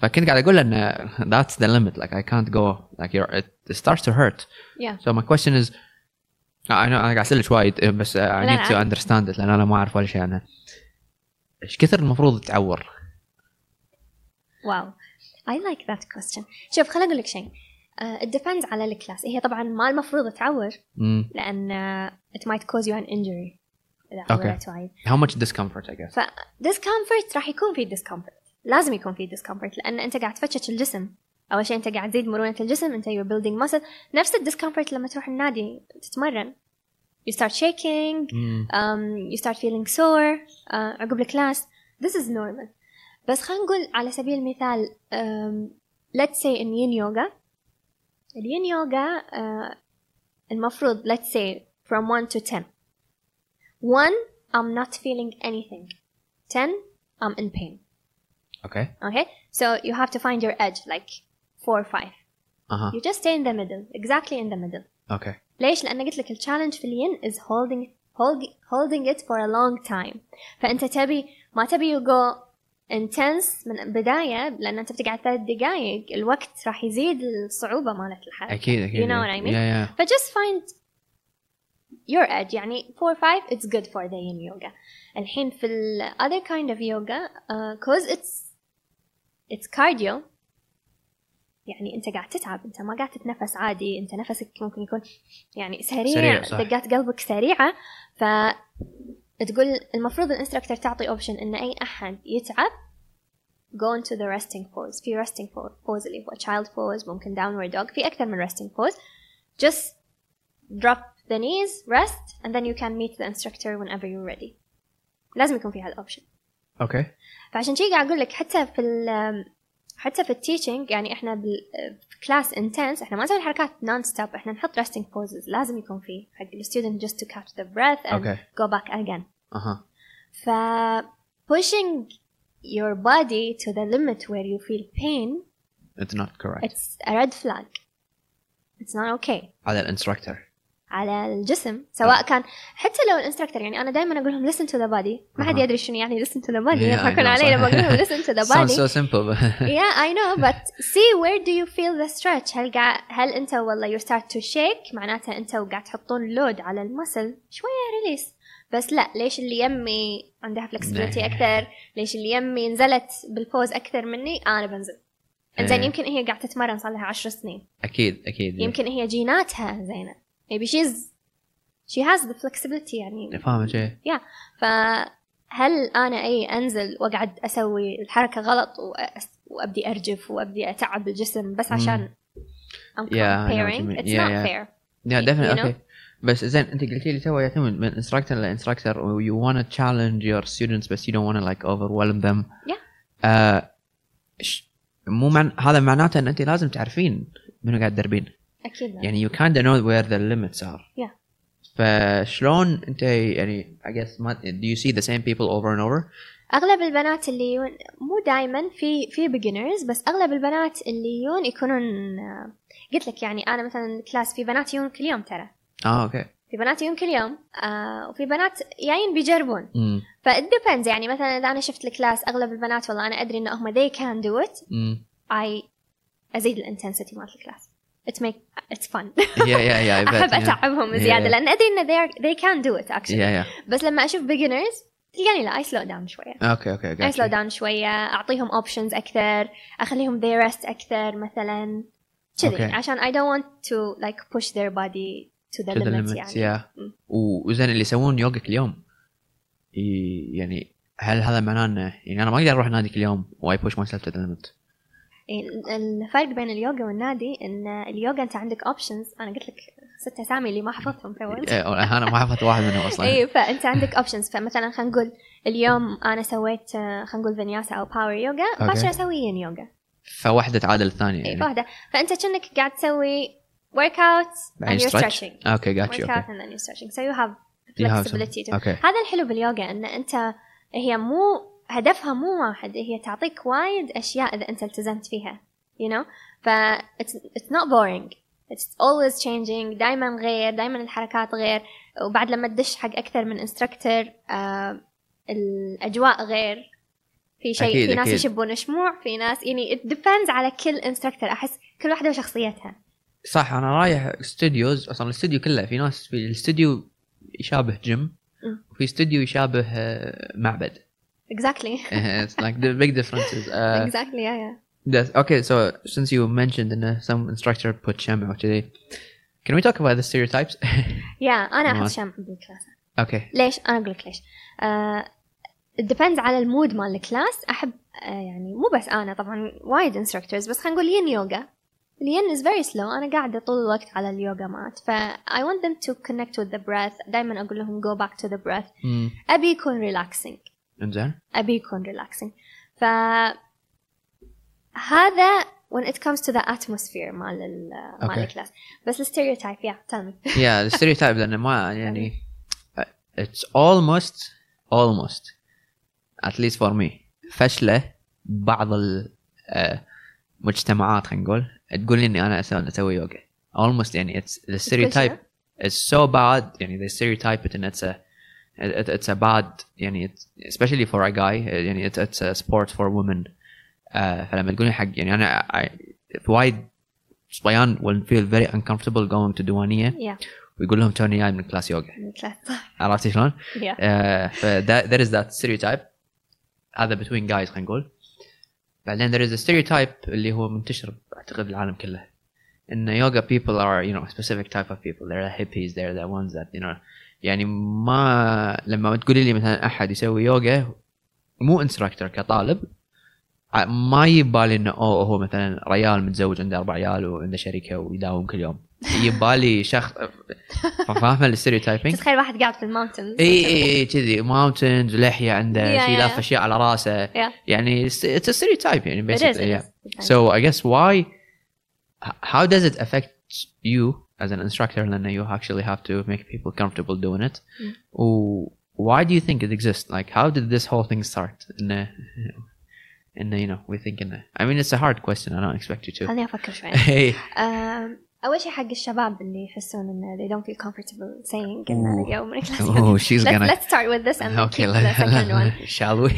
Speaker 1: فكنت قاعد اقول له ان that's the limit like I can't go like you're, it starts to hurt
Speaker 2: Yeah.
Speaker 1: so my question is I know انا قاعد اسالك وايد eh، بس uh, I
Speaker 2: لا،
Speaker 1: need
Speaker 2: لا.
Speaker 1: to understand it لان انا ما اعرف ولا شيء عنها ايش كثر المفروض تعور؟
Speaker 2: واو I like that question شوف خل اقول لك شيء آه، it depends على الكلاس هي طبعا ما المفروض تعور
Speaker 1: مم.
Speaker 2: لان آه، it might cause you an injury اذا
Speaker 1: أوكي.
Speaker 2: عورت وايد
Speaker 1: how much discomfort I guess
Speaker 2: ديسكمفورت راح يكون في ديسكمفورت لازم يكون في ديسكمفورت لان انت قاعد تفتش الجسم اول شيء انت قاعد تزيد مرونه الجسم انت يو بيلدينج ماسل نفس الديسكمفورت لما تروح النادي تتمرن you start shaking
Speaker 1: مم.
Speaker 2: um, you start feeling sore uh, عقب الكلاس this is normal بس خلينا نقول على سبيل المثال um, let's say in yin yoga الين يوغا uh, المفروض let's say from 1 to 10 1 I'm not feeling anything 10 I'm in pain
Speaker 1: okay
Speaker 2: okay so you have to find your edge like 4 5
Speaker 1: Uh-huh.
Speaker 2: You just stay in the middle, exactly in the middle.
Speaker 1: Okay.
Speaker 2: ليش؟ لأن قلت لك التشالنج في الين is holding hold- holding it for a long time. فأنت تبي ما تبي you go intense من البداية لأن أنت بتقعد ثلاث دقايق الوقت راح يزيد الصعوبة مالت الحركة.
Speaker 1: اكيد اكيد
Speaker 2: You know what I mean?
Speaker 1: Yeah, yeah.
Speaker 2: فجست find your edge يعني 4 5 it's good for the yin yoga الحين في ال other kind of yoga uh, cause it's it's cardio يعني انت قاعد تتعب انت ما قاعد تتنفس عادي انت نفسك ممكن يكون يعني سريع,
Speaker 1: سريع، صح.
Speaker 2: دقات قلبك سريعه ف تقول المفروض الانستراكتور تعطي اوبشن ان اي احد يتعب go into the resting pose في resting po- pose اللي هو child pose ممكن downward dog في اكثر من resting pose just drop the knees rest and then you can meet the instructor whenever you're ready لازم يكون في هذا الاوبشن
Speaker 1: Okay.
Speaker 2: فعشان شي قاعد اقول لك حتى في ال حتى في التيتشنج يعني احنا بالكلاس انتنس احنا ما نسوي الحركات نون ستوب احنا نحط resting poses لازم يكون في حق الستودنت just to catch the breath and
Speaker 1: Okay.
Speaker 2: go back again
Speaker 1: Uh-huh.
Speaker 2: ف pushing your body to the limit where you feel pain
Speaker 1: It's not correct.
Speaker 2: it's a red flag it's not okay
Speaker 1: على الانستراكتور.
Speaker 2: على الجسم
Speaker 1: آه.
Speaker 2: سواء كان حتى لو الانستراكتور يعني انا دائما اقول لهم listen to the body ما حد
Speaker 1: أها.
Speaker 2: يدري شنو يعني listen to the body
Speaker 1: Yeah, I
Speaker 2: يضحكون
Speaker 1: know،
Speaker 2: علي
Speaker 1: صح.
Speaker 2: لما اقول لهم listen to the
Speaker 1: Sounds
Speaker 2: body
Speaker 1: so simple. but-
Speaker 2: yeah I know but see where do you feel the stretch هل قاعد هل انت والله you start to shake معناتها انت وقاعد تحطون لود على المسل شويه ريليس بس لا ليش اللي يمي عندها
Speaker 1: إيه.
Speaker 2: flexibility اكثر ليش اللي يمي نزلت بالبوز اكثر مني انا بنزل انزين
Speaker 1: إيه.
Speaker 2: يمكن هي قاعده تتمرن صار لها 10 سنين
Speaker 1: اكيد اكيد.
Speaker 2: يمكن هي جيناتها زينه maybe she's she has the flexibility يعني
Speaker 1: فاهم شيء.
Speaker 2: فهل انا اي انزل واقعد اسوي الحركه غلط وأ- وابدي ارجف وابدي اتعب الجسم بس
Speaker 1: مم.
Speaker 2: عشان I'm
Speaker 1: Mm. Yeah, I know what you
Speaker 2: comparing
Speaker 1: mean.
Speaker 2: it's
Speaker 1: Yeah,
Speaker 2: not
Speaker 1: yeah.
Speaker 2: fair
Speaker 1: Yeah,
Speaker 2: إيه، You
Speaker 1: definitely.
Speaker 2: know?
Speaker 1: Okay. بس زين انت قلتي لي تو يعتمد من instructor ل instructor or you want to challenge your students بس you don't want to like overwhelm them.
Speaker 2: Yeah.
Speaker 1: Uh, ش- مو معنى هذا معناته ان انت لازم تعرفين منو قاعد تدربين.
Speaker 2: اكيد لا.
Speaker 1: يعني you kind of know where the limits are.
Speaker 2: Yeah.
Speaker 1: فشلون انت يعني I guess ما do you see the same people over and over؟
Speaker 2: اغلب البنات اللي يون مو دائما في في beginners بس اغلب البنات اللي يون يكونون آه، قلت لك يعني انا مثلا كلاس في بنات يون كل يوم ترى
Speaker 1: اه اوكي.
Speaker 2: في بنات يون كل يوم آه وفي بنات جايين بيجربون
Speaker 1: امم
Speaker 2: فالديبندز يعني مثلا اذا انا شفت الكلاس اغلب البنات والله انا ادري ان هم they can do it
Speaker 1: امم
Speaker 2: I ازيد الانتنسيتي مالت الكلاس it make it's fun
Speaker 1: يا يا يا
Speaker 2: احب اتعبهم زياده
Speaker 1: Yeah.
Speaker 2: لان ادري ان they, are, they can do it actually
Speaker 1: يا يا
Speaker 2: بس لما اشوف beginners تلقاني لا I slow down شويه
Speaker 1: اوكي اوكي
Speaker 2: I slow
Speaker 1: gotcha.
Speaker 2: down شويه اعطيهم options اكثر اخليهم they rest اكثر مثلا كذي
Speaker 1: Okay.
Speaker 2: عشان I don't want to like push their body to the,
Speaker 1: to the
Speaker 2: limit,
Speaker 1: limits
Speaker 2: يعني
Speaker 1: yeah.
Speaker 2: Mm.
Speaker 1: و- وزين اللي يسوون يوجا كل يوم ي- يعني هل هذا معناه انه يعني انا ما اقدر اروح نادي كل يوم واي بوش ماي سيلف تو ذا ليمت
Speaker 2: ال- الفرق بين اليوغا والنادي ان اليوغا انت عندك اوبشنز انا قلت لك ست اسامي اللي ما حفظتهم تو
Speaker 1: إيه، انا ما حفظت واحد منهم اصلا
Speaker 2: اي فانت عندك اوبشنز فمثلا خلينا نقول اليوم انا سويت آه، خلينا نقول فينياسا او باور يوغا باكر اسوي ين يوغا
Speaker 1: فواحده تعادل الثانيه
Speaker 2: اي
Speaker 1: يعني
Speaker 2: فهده فانت إيه، كأنك قاعد تسوي ورك اوت
Speaker 1: بعدين
Speaker 2: and you're
Speaker 1: stretch. Ah،
Speaker 2: stretching.
Speaker 1: اوكي
Speaker 2: ورك
Speaker 1: جاتشي
Speaker 2: اوت
Speaker 1: اوكي
Speaker 2: and then you're stretching so you have
Speaker 1: You have some-
Speaker 2: flexibility to-
Speaker 1: اوكي
Speaker 2: هذا الحلو باليوغا ان انت هي مو هدفها مو واحد هي تعطيك وايد اشياء اذا انت التزمت فيها you know ف it's, it's not boring it's always changing دائما غير دائما الحركات غير وبعد لما تدش حق اكثر من انستراكتور آه الاجواء غير في شيء
Speaker 1: أكيد-
Speaker 2: في ناس
Speaker 1: أكيد.
Speaker 2: يشبون شموع في ناس يعني it depends على كل انستراكتور احس كل واحده وشخصيتها
Speaker 1: صح انا رايح استوديوز اصلا الاستوديو كله في ناس في الاستوديو يشابه جيم
Speaker 2: مم.
Speaker 1: وفي استوديو يشابه آه، معبد
Speaker 2: exactly
Speaker 1: it's like the big differences uh,
Speaker 2: exactly yeah, yeah.
Speaker 1: Yes. Okay. So since you mentioned in uh, some instructor put Shem out today, can we talk about the stereotypes?
Speaker 2: yeah انا
Speaker 1: ما-
Speaker 2: احس شمع بالكلاس
Speaker 1: okay.
Speaker 2: ليش؟ انا اقول لك ليش. ديبندز على المود مال الكلاس احب آه، يعني مو بس انا طبعا وايد انستراكتورز بس خلينا نقول ين يوغا الين از فيري سلو انا قاعده طول الوقت على اليوغا مات ف I want them to connect with the breath دائما اقول لهم go back to the breath
Speaker 1: Mm.
Speaker 2: ابي يكون relaxing
Speaker 1: And then?
Speaker 2: ابي يكون relaxing ف هذا when it comes to the atmosphere مال ال مال
Speaker 1: Okay.
Speaker 2: الكلاس بس الستيريوتايب يا tell me
Speaker 1: Yeah, the stereotype that ما يعني uh, it's almost almost at least for me فشلة بعض المجتمعات uh, خلينا نقول تقول لي اني انا اسوي اسوي يوجا almost يعني it's the stereotype is so bad يعني they stereotype it and it's a it, it's a bad يعني it's, especially for a guy يعني it's, it's a sport for women uh, فلما تقولي حق يعني انا I, وايد صبيان will feel very uncomfortable going to دوانيه
Speaker 2: يا
Speaker 1: ويقول لهم توني جاي من كلاس يوجا عرفتي شلون؟
Speaker 2: يا
Speaker 1: ف Uh, that- there is that stereotype هذا between guys خلينا نقول بعدين there is a stereotype اللي هو منتشر اعتقد بالعالم كله ان yoga people are you know specific type of people they're the hippies they're the ones that you know يعني ما لما تقولي لي مثلا احد يسوي يوجا مو انستراكتور كطالب ع- ما يبالي انه اوه هو مثلا ريال متزوج عنده اربع عيال وعنده شركه ويداوم كل يوم يبالي شخص فاهمه الستيريوتايبنج
Speaker 2: تتخيل واحد قاعد في الماونتنز
Speaker 1: اي اي اي كذي ماونتنز لحيه عنده
Speaker 2: Yeah,
Speaker 1: شي
Speaker 2: yeah,
Speaker 1: لاف
Speaker 2: yeah.
Speaker 1: اشياء على راسه
Speaker 2: Yeah.
Speaker 1: يعني اتس ستيريو تايب يعني
Speaker 2: It is,
Speaker 1: basically
Speaker 2: it
Speaker 1: yeah.
Speaker 2: is.
Speaker 1: So I guess why how does it affect you as an instructor Lena you actually have to make people comfortable doing it
Speaker 2: Mm.
Speaker 1: Or why do you think it exists like how did this whole thing start and uh, and uh, you know we think in a- I mean it's a hard question I don't expect you to
Speaker 2: خليني افكر شوي
Speaker 1: hey
Speaker 2: أم، اول شيء حق الشباب اللي يحسون ان they don't feel comfortable
Speaker 1: Ooh.
Speaker 2: saying ان أنا جاي من كلاس
Speaker 1: oh she's
Speaker 2: let's,
Speaker 1: gonna
Speaker 2: let's start with this and
Speaker 1: okay
Speaker 2: keep the second one.
Speaker 1: let, shall we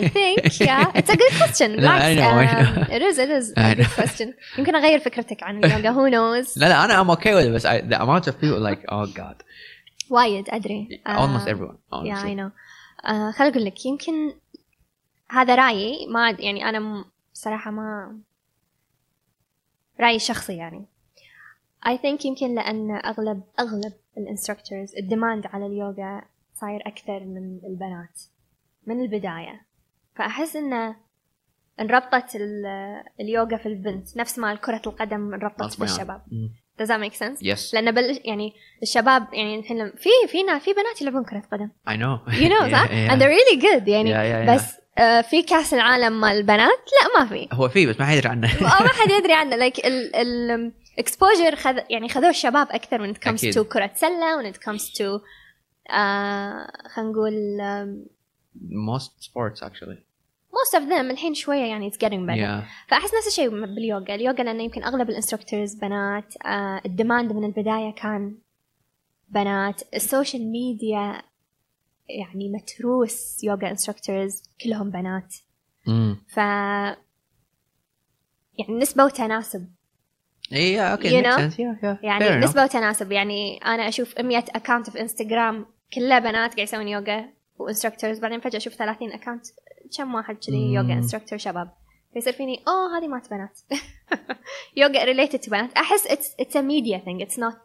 Speaker 2: I think yeah it's a good question
Speaker 1: No, I know, I
Speaker 2: Relax.
Speaker 1: know.
Speaker 2: Um, it is it is
Speaker 1: I
Speaker 2: a good
Speaker 1: know.
Speaker 2: question يمكن اغير فكرتك عن اليوغا who knows
Speaker 1: لا لا انا ام اوكي وذ بس I, the amount of people like oh god
Speaker 2: وايد ادري
Speaker 1: almost
Speaker 2: Um,
Speaker 1: everyone
Speaker 2: يا
Speaker 1: honestly
Speaker 2: اي نو خليني اقول آه، لك يمكن هذا رايي ما أد- يعني انا م- صراحه ما رايي الشخصي يعني اي ثينك يمكن لان اغلب اغلب الانستراكتورز الديماند على اليوغا صاير اكثر من البنات من البدايه فاحس انه انربطت ال- اليوغا في البنت نفس ما كره القدم انربطت
Speaker 1: غصباً
Speaker 2: في
Speaker 1: عنك.
Speaker 2: الشباب
Speaker 1: Mm.
Speaker 2: does that make sense
Speaker 1: yes
Speaker 2: لان بلش يعني الشباب يعني الحين لما- في فينا في بنات يلعبون كره قدم
Speaker 1: I know
Speaker 2: يو نو صح؟ اند ريلي جود يعني
Speaker 1: Yeah, yeah, yeah.
Speaker 2: بس آه، في كاس العالم مال البنات لا ما في
Speaker 1: هو في بس ما حد يدري عنه
Speaker 2: أو ما حد يدري عنه لايك الاكسبوجر خذ يعني خذوه الشباب اكثر when it comes
Speaker 1: أكيد.
Speaker 2: to كرة سلة when it comes to آه خلينا نقول آم،
Speaker 1: most sports actually
Speaker 2: most of them الحين شوية يعني it's getting better
Speaker 1: yeah
Speaker 2: فاحس نفس الشيء باليوغا اليوغا لانه يمكن اغلب الانستركتورز بنات آه الديماند من البدايه كان بنات السوشيال ميديا يعني متروس يوغا انستركتورز كلهم بنات
Speaker 1: Mm.
Speaker 2: ف يعني نسبة وتناسب
Speaker 1: yeah okay
Speaker 2: You
Speaker 1: makes
Speaker 2: know?
Speaker 1: sense yeah yeah
Speaker 2: يعني
Speaker 1: Fair enough.
Speaker 2: نسبة وتناسب يعني أنا أشوف 100 أكاونت في انستغرام كلها بنات قاعد يسوون يوغا وانستركتورز بعدين فجأة أشوف 30 أكاونت كم واحد كذي
Speaker 1: مم.
Speaker 2: يوغا انستركتور شباب فيصير فيني أوه هذه مات بنات يوغا ريليتد تو بنات أحس اتس اتس ميديا ثينج اتس نوت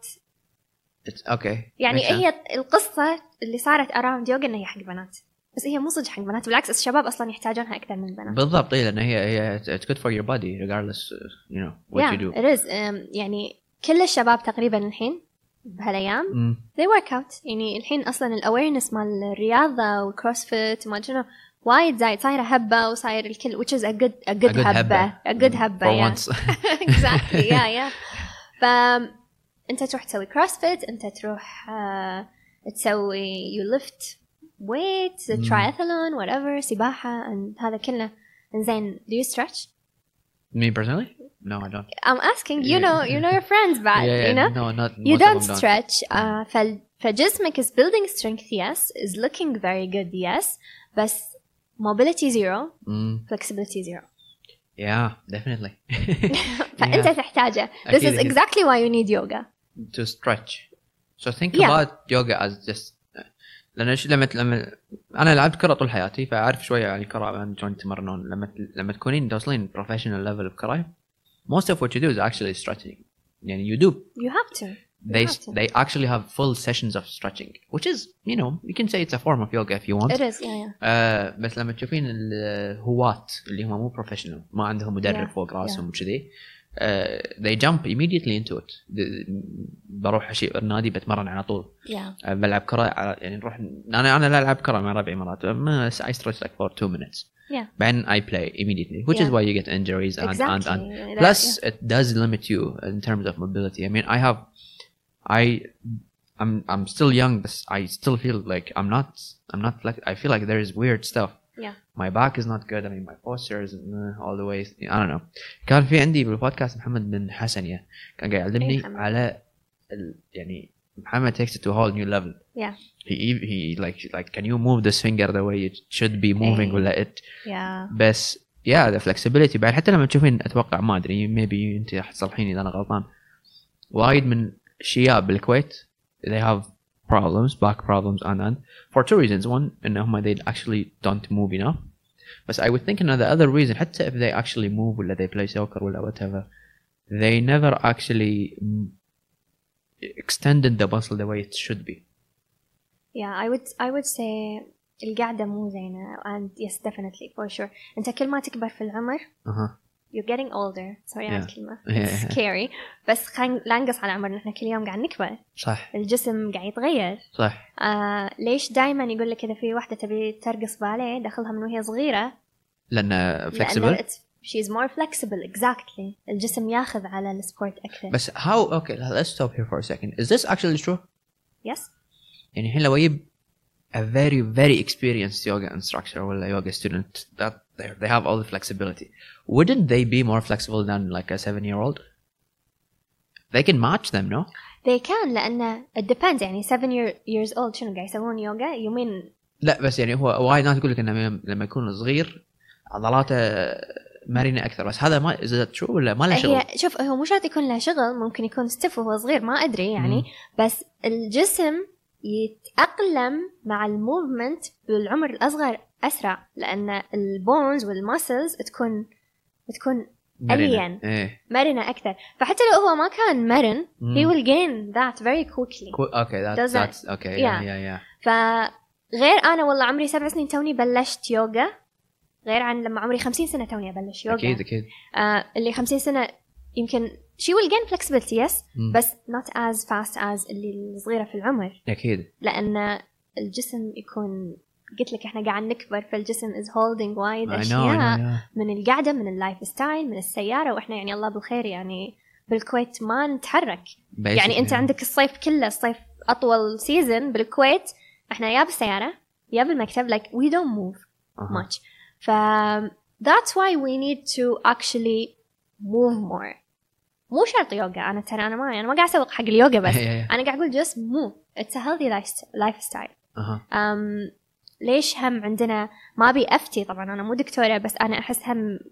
Speaker 1: It's- okay
Speaker 2: يعني
Speaker 1: Makes sense.
Speaker 2: هي القصة اللي صارت أراوند يوغا إنها هي حق بنات بس هي مو صدق حق بنات بالعكس الشباب أصلا يحتاجونها أكثر من البنات
Speaker 1: بالضبط إيه، لان هي هي it's- it's good for your body regardless uh, you know what you do
Speaker 2: it is um, يعني كل الشباب تقريبا الحين بهالايام
Speaker 1: Mm.
Speaker 2: they work out يعني الحين اصلا الاويرنس مال الرياضه والكروسفيت وما شنو وايد زايد صايره هبه وصاير الكل which is a good a good,
Speaker 1: A good
Speaker 2: هبه
Speaker 1: هبة. Mm.
Speaker 2: a good هبه
Speaker 1: for
Speaker 2: yeah.
Speaker 1: once
Speaker 2: exactly yeah yeah ف انت تروح تسوي كروسفيت انت تروح آه، تسوي you lift weights
Speaker 1: مم.
Speaker 2: triathlon whatever سباحه and هذا كله زين do you stretch
Speaker 1: me personally no I don't
Speaker 2: I'm asking you
Speaker 1: Yeah.
Speaker 2: know you know your friends بعد
Speaker 1: yeah, yeah.
Speaker 2: Uh, you know
Speaker 1: no not
Speaker 2: You
Speaker 1: most of
Speaker 2: don't
Speaker 1: them
Speaker 2: stretch. Uh, فال- فجسمك is building strength, yes. Is looking very good, yes. بس mobility zero,
Speaker 1: Mm.
Speaker 2: flexibility zero.
Speaker 1: yeah definitely
Speaker 2: فأنت
Speaker 1: Yeah.
Speaker 2: تحتاجه. This
Speaker 1: أكيد،
Speaker 2: is
Speaker 1: أكيد.
Speaker 2: exactly why you need yoga.
Speaker 1: to stretch so think
Speaker 2: Yeah.
Speaker 1: about yoga as just لان ش- لما لما انا لعبت كره طول حياتي فاعرف شويه عن الكره عن شلون يتمرنون لما لما تكونين توصلين professional level بكره most of what you do is actually stretching يعني you do
Speaker 2: You have to.
Speaker 1: they
Speaker 2: Awesome.
Speaker 1: they actually have full sessions of stretching which is you know you can say it's a form of yoga if you want
Speaker 2: It is. Yeah, yeah.
Speaker 1: آه بس لما تشوفين الهواة اللي هم مو بروفيشنال ما عندهم مدرب
Speaker 2: Yeah,
Speaker 1: فوق راسهم وكذي آه they jump immediately into it The- بروح شيء النادي بتمرن على طول
Speaker 2: Yeah.
Speaker 1: آه بلعب كره على- يعني نروح انا انا لا العب كره مع ربعي مرات آه، ما I stretch like for two minutes
Speaker 2: Yeah.
Speaker 1: بعدين I play immediately which is
Speaker 2: Yeah.
Speaker 1: why you get injuries and and
Speaker 2: Exactly.
Speaker 1: and
Speaker 2: That-
Speaker 1: plus it does limit you in terms of mobility i mean i have i i'm i'm still young but i still feel like i'm not i'm not like i feel like there is weird stuff
Speaker 2: Yeah.
Speaker 1: my back is not good I mean my posture is uh, all the way I don't know كان في عندي بالبودكاست محمد بن حسنية كان قاعد
Speaker 2: أي
Speaker 1: يعلمني
Speaker 2: محمد.
Speaker 1: على ال- يعني محمد takes it to a whole new level
Speaker 2: Yeah.
Speaker 1: he ev- he like like can you move this finger the way it should be moving
Speaker 2: أي.
Speaker 1: ولا it
Speaker 2: Yeah.
Speaker 1: بس يا ذا فلكسبيليتي بعد حتى لما تشوفين اتوقع ما ادري ميبي انت راح تصلحيني اذا انا غلطان وايد من الشياب بالكويت they have problems back problems and and for two reasons one انهم they actually don't move enough بس I would think another other reason حتى if they actually move ولا they play soccer ولا whatever they never actually mm, extended the muscle the way it should be
Speaker 2: Yeah, I would I would say القعدة مو زينة and yes definitely for sure أنت كل ما تكبر في العمر
Speaker 1: اها
Speaker 2: you're getting older sorry على
Speaker 1: Yeah.
Speaker 2: الكلمة
Speaker 1: Yeah.
Speaker 2: scary بس خلينا لا نقص على عمرنا احنا كل يوم قاعد نكبر
Speaker 1: صح
Speaker 2: الجسم قاعد يتغير
Speaker 1: صح
Speaker 2: آه ليش دائما يقول لك إذا في واحدة تبي ترقص باليه دخلها من وهي صغيرة
Speaker 1: لان
Speaker 2: لأن
Speaker 1: flexible
Speaker 2: it's- she's more flexible exactly الجسم ياخذ على السبورت أكثر
Speaker 1: بس how okay let's stop here for a second is this actually true
Speaker 2: yes
Speaker 1: يعني الحين لو اجيب a very very experienced yoga instructor ولا yoga student that they they have all the flexibility wouldn't they be more flexible than like a seven year old they can match them no
Speaker 2: they can لأن it depends يعني 7 year, years old شنو قاعد يسوون يوغا يومين
Speaker 1: لا بس يعني هو وايد ناس يقول لك انه لما- لما يكون صغير عضلاته مرنه اكثر بس هذا ما اذا شو ولا ما له شغل
Speaker 2: هي شوف هو مو شرط يكون له شغل ممكن يكون ستيف وهو صغير ما ادري يعني
Speaker 1: مم.
Speaker 2: بس الجسم يتاقلم مع الموفمنت بالعمر الاصغر اسرع لان البونز والماسلز تكون تكون
Speaker 1: مرنه
Speaker 2: ألياً.
Speaker 1: ايه
Speaker 2: مرنه اكثر فحتى لو هو ما كان مرن
Speaker 1: مم.
Speaker 2: he will gain that very quickly
Speaker 1: Cool. okay that,
Speaker 2: Doesn't-
Speaker 1: that's okay yeah
Speaker 2: yeah.
Speaker 1: yeah yeah
Speaker 2: فغير انا والله عمري سبع سنين توني بلشت يوغا غير عن لما عمري خمسين سنه توني ابلش يوغا
Speaker 1: اكيد اكيد
Speaker 2: آه اللي 50 سنه يمكن she will gain flexibility yes
Speaker 1: مم.
Speaker 2: بس not as fast as اللي الصغيره في العمر
Speaker 1: اكيد
Speaker 2: لان الجسم يكون قلت لك احنا قاعد نكبر فالجسم is holding وايد
Speaker 1: I know, I
Speaker 2: اشياء
Speaker 1: know, yeah.
Speaker 2: من القعده من اللايف ستايل من السياره واحنا يعني الله بالخير يعني بالكويت ما نتحرك يعني انت
Speaker 1: Basically.
Speaker 2: عندك الصيف كله الصيف اطول سيزن بالكويت احنا يا بالسياره يا بالمكتب like we don't move
Speaker 1: أها.
Speaker 2: much. ف that's why we need to actually move more. مو شرط يوجا انا ترى انا ما انا ما قاعد اسوق حق اليوجا بس
Speaker 1: إيه، إيه.
Speaker 2: انا قاعد اقول just move it's a healthy life- lifestyle.
Speaker 1: اها
Speaker 2: Um, ليش هم عندنا ما ابي افتي طبعا انا مو دكتوره بس انا احس هم um,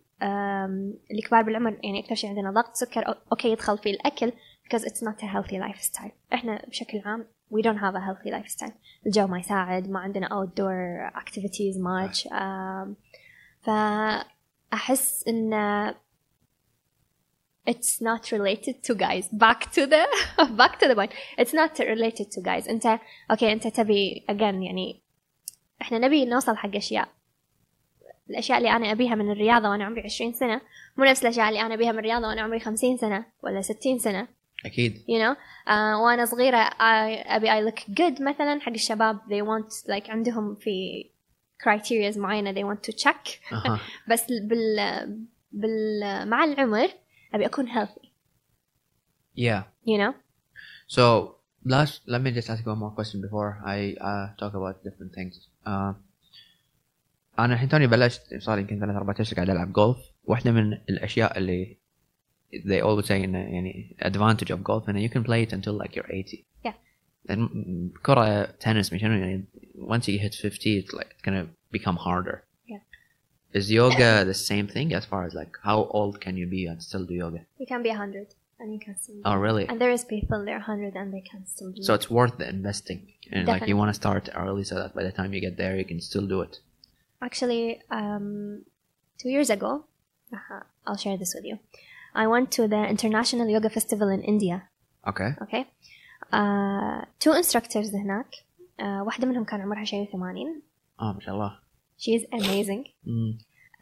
Speaker 2: الكبار بالعمر يعني اكثر شيء عندنا ضغط سكر أو- اوكي يدخل فيه الاكل because it's not a healthy lifestyle. احنا بشكل عام we don't have a healthy lifestyle. الجو ما يساعد، ما عندنا outdoor activities much. Um, فأحس إن it's not related to guys. Back to the back to the point. It's not related to guys. أنت أوكي أنت تبي again يعني إحنا نبي نوصل حق أشياء. الأشياء اللي أنا أبيها من الرياضة وأنا عمري 20 سنة مو نفس الأشياء اللي أنا أبيها من الرياضة وأنا عمري 50 سنة ولا 60 سنة.
Speaker 1: اكيد
Speaker 2: you know uh, وانا صغيره I, ابي I look good مثلا حق الشباب they want like عندهم في criteria معينه they want to check
Speaker 1: اها
Speaker 2: بس بال, بال مع العمر ابي اكون healthy
Speaker 1: yeah
Speaker 2: you know
Speaker 1: so last let me just ask you one more question before I uh, talk about different things uh, انا الحين توني بلشت صار لي يمكن ثلاث اربع اشهر قاعد العب جولف واحده من الاشياء اللي they always say انه يعني advantage of golf انه you can play it until like you're 80
Speaker 2: Yeah.
Speaker 1: الم- كرة تنس مش شنو يعني once you hit 50 it's like it's gonna become harder
Speaker 2: Yeah.
Speaker 1: is yoga the same thing as far as like how old can you be and still do yoga
Speaker 2: you can be 100 and you can still
Speaker 1: oh really
Speaker 2: and there is people they're 100 and they can still do
Speaker 1: So it's worth the investing. And like
Speaker 2: Definitely.
Speaker 1: you want to start early so that by the time you get there, you can still do it.
Speaker 2: actually um, two years ago uh, I'll share this with you I went to the International Yoga Festival in India Uh,
Speaker 1: Okay.
Speaker 2: اوكي تو انستراكتورز هناك آه، uh, واحدة منهم كان عمرها شيء 80
Speaker 1: Oh, mashallah.
Speaker 2: شي از اميزنج
Speaker 1: Mm.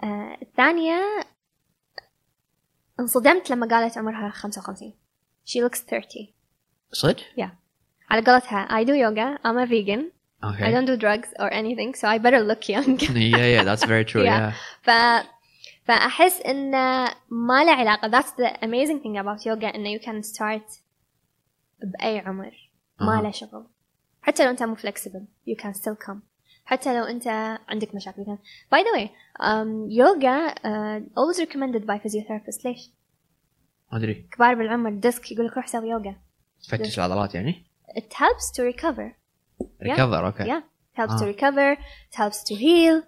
Speaker 2: Uh, الثانية انصدمت لما قالت عمرها 55 she looks 30
Speaker 1: Slit?
Speaker 2: على قولتها I do yoga I'm a vegan I
Speaker 1: Okay.
Speaker 2: don't do drugs or anything so I better look young
Speaker 1: yeah, yeah, that's very true.
Speaker 2: Yeah.
Speaker 1: yeah.
Speaker 2: ف فأحس إن ما له علاقة that's the amazing thing about yoga إنه you can start بأي عمر ما
Speaker 1: أها. Uh-huh.
Speaker 2: له شغل حتى لو أنت مو flexible you can still come حتى لو انت عندك مشاكل مثلا باي ذا واي um, يوجا اولويز ريكومندد باي فيزيوثيرابيست ليش؟
Speaker 1: ما ادري
Speaker 2: كبار بالعمر ديسك يقول لك روح سوي يوجا
Speaker 1: تفتش العضلات يعني
Speaker 2: it helps to recover Yeah.
Speaker 1: ريكفر اوكي
Speaker 2: Yeah. it helps to
Speaker 1: آه.
Speaker 2: recover it helps to heal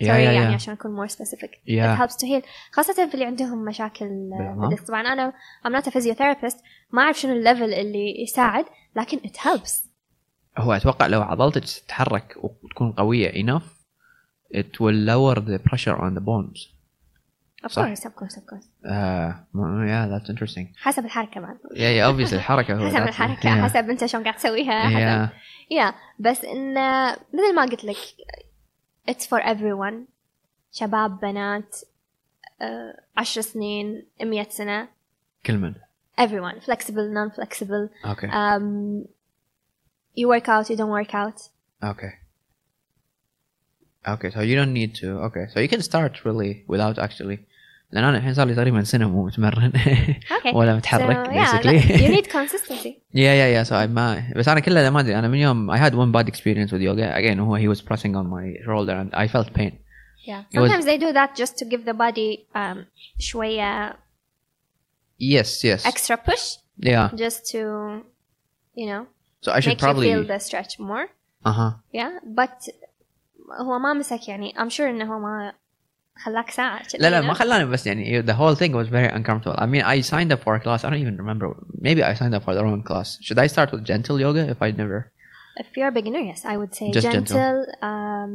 Speaker 1: يا
Speaker 2: سوري
Speaker 1: يا
Speaker 2: يعني
Speaker 1: يا
Speaker 2: عشان اكون more specific it
Speaker 1: يا
Speaker 2: helps to heal خاصة في اللي عندهم مشاكل آه،
Speaker 1: بالعمر.
Speaker 2: بالديسك طبعا انا I'm not a physiotherapist ما اعرف شنو الليفل اللي يساعد لكن it helps
Speaker 1: هو اتوقع لو عضلتك تتحرك وتكون قويه enough it will lower the pressure on the bones
Speaker 2: of
Speaker 1: صح.
Speaker 2: course of course of course
Speaker 1: آه yeah that's interesting
Speaker 2: حسب الحركة بعد
Speaker 1: yeah yeah obviously الحركه هو
Speaker 2: حسب
Speaker 1: that.
Speaker 2: الحركة
Speaker 1: Yeah.
Speaker 2: حسب انت شلون قاعد تسويها حسب
Speaker 1: yeah
Speaker 2: يا بس انه مثل ما قلت لك it's for everyone شباب بنات آه، عشر سنين مية سنة
Speaker 1: كل من
Speaker 2: everyone flexible non flexible
Speaker 1: اوكي
Speaker 2: um, you work out you don't work out
Speaker 1: Okay. Okay, so you don't need to. Okay, so you can start really without actually. لان انا الحين صار لي تقريبا سنه مو متمرن
Speaker 2: okay
Speaker 1: ولا متحرك
Speaker 2: So, yeah,
Speaker 1: basically.
Speaker 2: like, you need consistency
Speaker 1: yeah, yeah, yeah. So I ما بس انا كله ما ادري انا من يوم I had one bad experience with yoga again هو he was pressing on my shoulder and I felt pain.
Speaker 2: yeah
Speaker 1: It was-
Speaker 2: sometimes they do that just to give the body um, شوية
Speaker 1: Yes, yes.
Speaker 2: extra push
Speaker 1: yeah.
Speaker 2: just to you know
Speaker 1: So I should
Speaker 2: make you
Speaker 1: probably
Speaker 2: feel the stretch more
Speaker 1: uh-huh.
Speaker 2: yeah but هو ما مسك يعني I'm sure انه هو ما خلاك ساعة كذا،
Speaker 1: لا لا
Speaker 2: you
Speaker 1: ما
Speaker 2: know.
Speaker 1: خلاني بس يعني the whole thing was very uncomfortable. I mean I signed up for a class. I don't even remember. Maybe I signed up for the wrong class. Should I start with gentle yoga if I never?
Speaker 2: if you're a beginner yes I would say
Speaker 1: Just
Speaker 2: gentle,
Speaker 1: gentle.
Speaker 2: Um,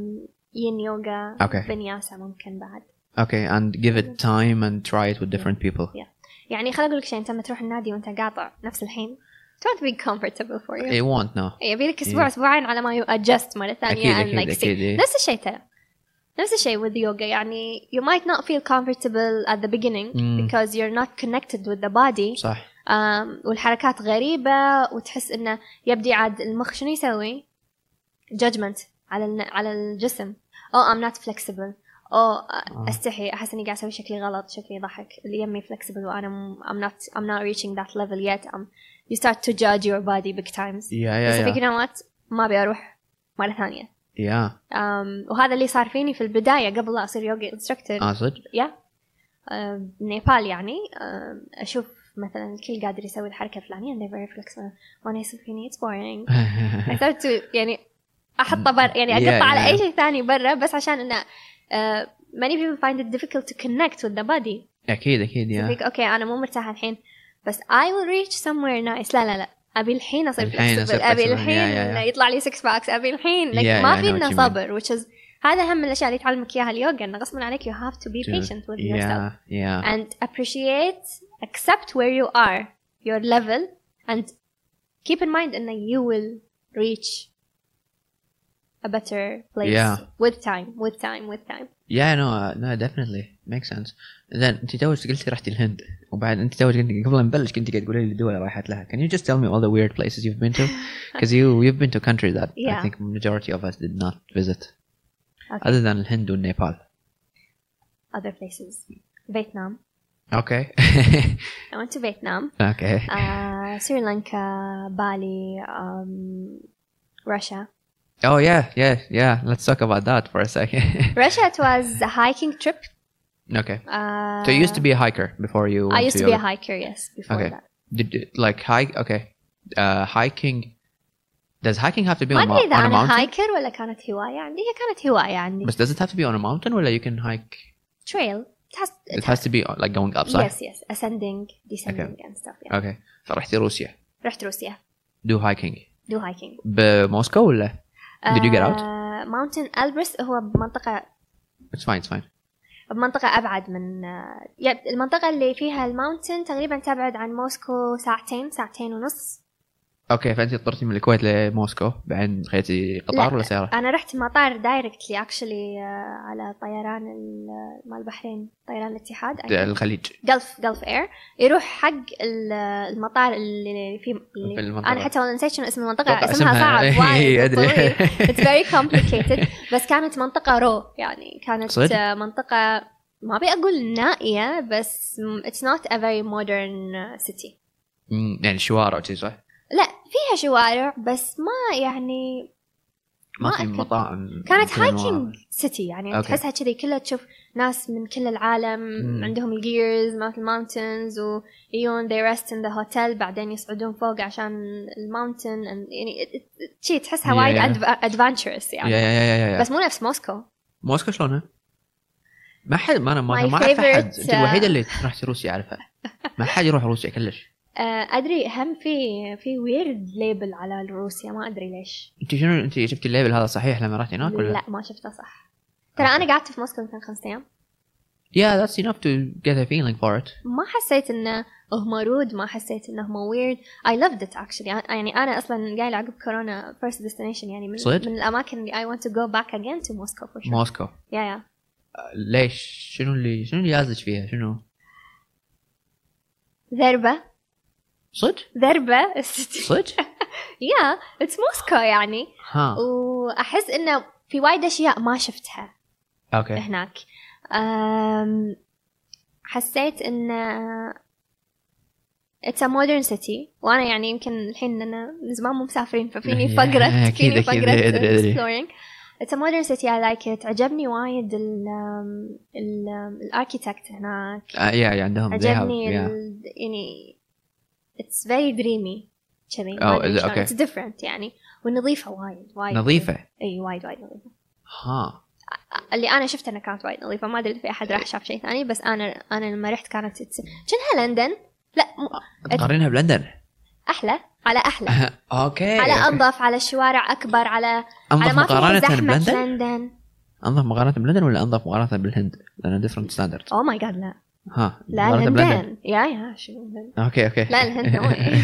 Speaker 2: yin yoga
Speaker 1: Okay.
Speaker 2: vinyasa ممكن بعد
Speaker 1: Okay, and give it time and try it with different people.
Speaker 2: يعني خليني اقول لك شيء انت لما تروح النادي وانت قاطع نفس الحين it won't be comfortable for you
Speaker 1: It won't no.
Speaker 2: يبي لك اسبوع
Speaker 1: إيه.
Speaker 2: اسبوعين على ما يو ادجست مره ثانيه
Speaker 1: اكيد اكيد
Speaker 2: and like see.
Speaker 1: اكيد إيه.
Speaker 2: نفس الشيء ترى نفس الشيء with yoga يعني you might not feel comfortable at the beginning
Speaker 1: مم.
Speaker 2: because you're not connected with the body
Speaker 1: صح
Speaker 2: um, والحركات غريبة وتحس انه يبدي عاد المخ شنو يسوي؟ judgment على الن- على الجسم oh I'm not flexible Oh، او
Speaker 1: آه.
Speaker 2: استحي احس اني قاعد اسوي شكلي غلط شكلي يضحك اللي يمي flexible وانا م- I'm not I'm not reaching that level yet I'm, you start to judge your body big times
Speaker 1: يا
Speaker 2: بس
Speaker 1: يا
Speaker 2: فيك
Speaker 1: يا
Speaker 2: نوات ما ابي اروح مره ثانيه
Speaker 1: يا
Speaker 2: أم وهذا اللي صار فيني في البدايه قبل لا اصير يوجا انستراكتور
Speaker 1: اه صدق
Speaker 2: يا أم، نيبال يعني أم، اشوف مثلا الكل قادر يسوي الحركه الفلانيه and they're very flexible وانا آه، يصير فيني it's boring I start to يعني احطه برا يعني
Speaker 1: Yeah,
Speaker 2: اقطع
Speaker 1: yeah.
Speaker 2: على اي شيء ثاني برا بس عشان انه أه، many people find it difficult to connect with the body
Speaker 1: اكيد اكيد يا
Speaker 2: يقولك اوكي انا مو مرتاحه الحين بس I will reach somewhere nice لا لا لا ابي الحين اصير
Speaker 1: الحين
Speaker 2: flexible
Speaker 1: أصير flexible.
Speaker 2: ابي
Speaker 1: Yeah,
Speaker 2: الحين
Speaker 1: yeah, yeah.
Speaker 2: يطلع لي سكس باكس ابي الحين like
Speaker 1: Yeah, yeah,
Speaker 2: ما
Speaker 1: I
Speaker 2: في
Speaker 1: know what
Speaker 2: لنا
Speaker 1: you mean.
Speaker 2: صبر which is هذا هم من الاشياء اللي تعلمك اياها اليوغا انه غصبا عليك you have to be
Speaker 1: Dude,
Speaker 2: patient with yourself
Speaker 1: يا يا
Speaker 2: and appreciate accept where you are your level and keep in mind انه you will reach a better place
Speaker 1: Yeah.
Speaker 2: with time with time with time
Speaker 1: يا نو نو ديفنتلي ميك سنس زين انت توج قلتي رحتي الهند وبعد انت توج قلتي قبل ما نبلش كنت قاعد تقولي لي دول رايحت لها can you just tell me all the weird places you've been to because you you've been to countries that I
Speaker 2: Yeah.
Speaker 1: think majority of us did not visit
Speaker 2: Okay.
Speaker 1: other than الهند والنيبال
Speaker 2: other places Vietnam
Speaker 1: اوكي
Speaker 2: I went to Vietnam
Speaker 1: اوكي
Speaker 2: uh, Sri Lanka, Bali, um, Russia.
Speaker 1: oh yeah yeah yeah let's talk about that for a second
Speaker 2: Russia, it was a hiking trip.
Speaker 1: okay
Speaker 2: Uh,
Speaker 1: So you used to be a hiker before you.
Speaker 2: آه، I
Speaker 1: went
Speaker 2: used to be a
Speaker 1: yoga.
Speaker 2: hiker, yes, before
Speaker 1: Okay.
Speaker 2: that.
Speaker 1: Did, did- like hike? Okay, uh, hiking. Does hiking have to be
Speaker 2: ما
Speaker 1: on,
Speaker 2: ادري
Speaker 1: a,
Speaker 2: اذا
Speaker 1: on a
Speaker 2: انا
Speaker 1: mountain?
Speaker 2: هايكر ولا كانت هوايه عندي هي كانت هوايه عندي
Speaker 1: But does it have to be on a mountain, or like you can hike?
Speaker 2: trail it has,
Speaker 1: It, has to be uh, like going up. Sorry.
Speaker 2: yes yes ascending descending and stuff yeah.
Speaker 1: Okay. فرحتي روسيا
Speaker 2: رحت روسيا
Speaker 1: do hiking
Speaker 2: do hiking
Speaker 1: بموسكو ولا؟ Did you get out?
Speaker 2: Uh, mountain Elbrus هو بمنطقه
Speaker 1: It's fine, it's fine.
Speaker 2: بمنطقه ابعد من uh, يب- المنطقه اللي فيها الماونتن تقريبا تبعد عن موسكو ساعتين ساعتين ونص
Speaker 1: اوكي فانت طرتي من الكويت لموسكو بعدين خذيتي قطار
Speaker 2: لا.
Speaker 1: ولا سياره؟
Speaker 2: انا رحت مطار دايركتلي اكشلي على طيران ال- آه، مال البحرين طيران الاتحاد I think.
Speaker 1: الخليج
Speaker 2: جلف جلف اير يروح حق ال- آه، المطار اللي في
Speaker 1: في
Speaker 2: اللي
Speaker 1: المنطقة. إيه،
Speaker 2: انا حتى والله نسيت شنو اسم
Speaker 1: أتوقع
Speaker 2: المنطقه اسمها صعب وايد
Speaker 1: إي،
Speaker 2: وطويل.
Speaker 1: ادري
Speaker 2: It's very complicated بس كانت منطقة رو يعني كانت
Speaker 1: صدق؟
Speaker 2: آه، منطقة ما ابي اقول نائية بس م- it's not a very modern آه، city
Speaker 1: أمم، يعني شوارع وشي صح؟
Speaker 2: لا فيها شوارع بس ما يعني
Speaker 1: ما
Speaker 2: ما
Speaker 1: في
Speaker 2: أكل.
Speaker 1: مطاعم
Speaker 2: كانت
Speaker 1: كل أنواع.
Speaker 2: هايكينج سيتي يعني
Speaker 1: أوكي.
Speaker 2: تحسها كذي كلها تشوف ناس من كل العالم
Speaker 1: مم.
Speaker 2: عندهم الجيرز مالت الماونتنز ويون they rest in the hotel بعدين يصعدون فوق عشان الماونتن يعني it- it- شي تحسها
Speaker 1: Yeah,
Speaker 2: وايد
Speaker 1: yeah.
Speaker 2: adv-
Speaker 1: يا
Speaker 2: adventurous يعني
Speaker 1: يا يا يا- يا
Speaker 2: بس مو نفس موسكو
Speaker 1: موسكو شلونها؟ ما حد ما انا ما,
Speaker 2: My
Speaker 1: ما اعرف احد
Speaker 2: favorite-
Speaker 1: انت الوحيده اللي رحت روسيا اعرفها ما حد يروح روسيا كلش
Speaker 2: آه، ادري هم في في ويرد ليبل على روسيا ما ادري ليش
Speaker 1: انت شنو انت شفتي الليبل هذا صحيح لما رحت هناك ولا؟
Speaker 2: لا ما شفته صح ترى انا قعدت في موسكو يمكن خمس ايام
Speaker 1: Yeah, that's enough to get a feeling for it.
Speaker 2: ما حسيت انه هم رود ما حسيت انه هم ويرد اي loved it actually يعني انا اصلا قايله عقب كورونا first destination يعني من,
Speaker 1: صدق؟
Speaker 2: من الاماكن اللي I want to go back again to Moscow for sure
Speaker 1: موسكو
Speaker 2: يا يا
Speaker 1: ليش؟ شنو اللي شنو اللي يازج فيها؟ شنو؟
Speaker 2: ذربه
Speaker 1: صدق؟
Speaker 2: ذربه
Speaker 1: صدق؟
Speaker 2: يا اتس موسكو يعني
Speaker 1: ها
Speaker 2: واحس انه في وايد اشياء ما شفتها
Speaker 1: اوكي
Speaker 2: هناك أم، حسيت ان اتس ا مودرن سيتي وانا يعني يمكن الحين انا من زمان مو مسافرين ففيني
Speaker 1: Yeah,
Speaker 2: فقره
Speaker 1: أكيد،
Speaker 2: فيني
Speaker 1: أكيد، أدري، أدري.
Speaker 2: فقره اتس ا مودرن سيتي اي لايك ات عجبني وايد ال ال الاركيتكت هناك
Speaker 1: آه، يا يا عندهم they have
Speaker 2: عجبني
Speaker 1: yeah.
Speaker 2: ال- يعني اتس فيري دريمي كذي
Speaker 1: Oh, is it- okay.
Speaker 2: اتس ديفرنت يعني والنظيفه وايد وايد
Speaker 1: نظيفة
Speaker 2: اي وايد وايد نظيفه
Speaker 1: ها
Speaker 2: اللي انا شفت انها كانت وايد نظيفه ما ادري إذا في احد
Speaker 1: إيه.
Speaker 2: راح شاف شيء ثاني بس انا انا لما رحت كانت تس- كانها لندن لا مو
Speaker 1: تقارنها بلندن
Speaker 2: احلى على احلى
Speaker 1: اوكي
Speaker 2: على
Speaker 1: أوكي.
Speaker 2: انظف على الشوارع اكبر على على
Speaker 1: انظف
Speaker 2: ما فيها
Speaker 1: إيه. مقارنة
Speaker 2: زحمه في
Speaker 1: بلندن؟
Speaker 2: لندن
Speaker 1: انظف مقارنة بلندن ولا انظف مقارنة بالهند؟ لأنها ديفرنت ستاندرد
Speaker 2: اوه ماي جاد Oh لا
Speaker 1: ها
Speaker 2: لا
Speaker 1: مقارنة بلندن.
Speaker 2: لندن يا يا شو لندن
Speaker 1: اوكي اوكي
Speaker 2: لا الهند no way.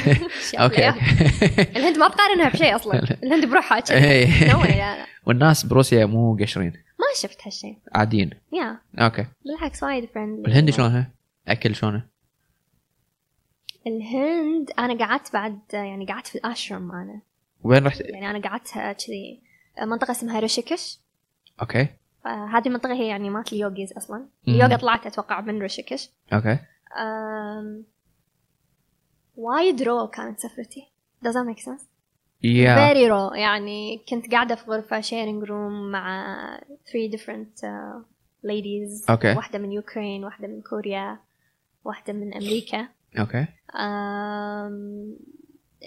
Speaker 2: شو
Speaker 1: اوكي
Speaker 2: لا.
Speaker 1: اوكي
Speaker 2: الهند ما تقارنها بشيء اصلا الهند بروحها كذي.
Speaker 1: إيه.
Speaker 2: No way، لا لا
Speaker 1: والناس بروسيا مو قشرين
Speaker 2: ما شفت هالشيء
Speaker 1: عاديين
Speaker 2: يا
Speaker 1: اوكي
Speaker 2: بالعكس وايد فرندلي
Speaker 1: والهند شلونها؟ اكل شلونه؟
Speaker 2: الهند انا قعدت بعد يعني قعدت في الاشرم انا
Speaker 1: وين رحت؟
Speaker 2: يعني انا قعدت كذي منطقه اسمها رشكش
Speaker 1: اوكي
Speaker 2: آه، هذه المنطقه هي يعني مات اليوغيز اصلا
Speaker 1: مم.
Speaker 2: اليوغا طلعت اتوقع من رشكش
Speaker 1: اوكي
Speaker 2: آم، وايد رو كانت سفرتي doesn't make sense
Speaker 1: يا
Speaker 2: very raw يعني كنت قاعدة في غرفة sharing room مع three different uh, ladies
Speaker 1: أوكي.
Speaker 2: واحدة من يوكرين واحدة من كوريا واحدة من أمريكا
Speaker 1: اوكي
Speaker 2: آم،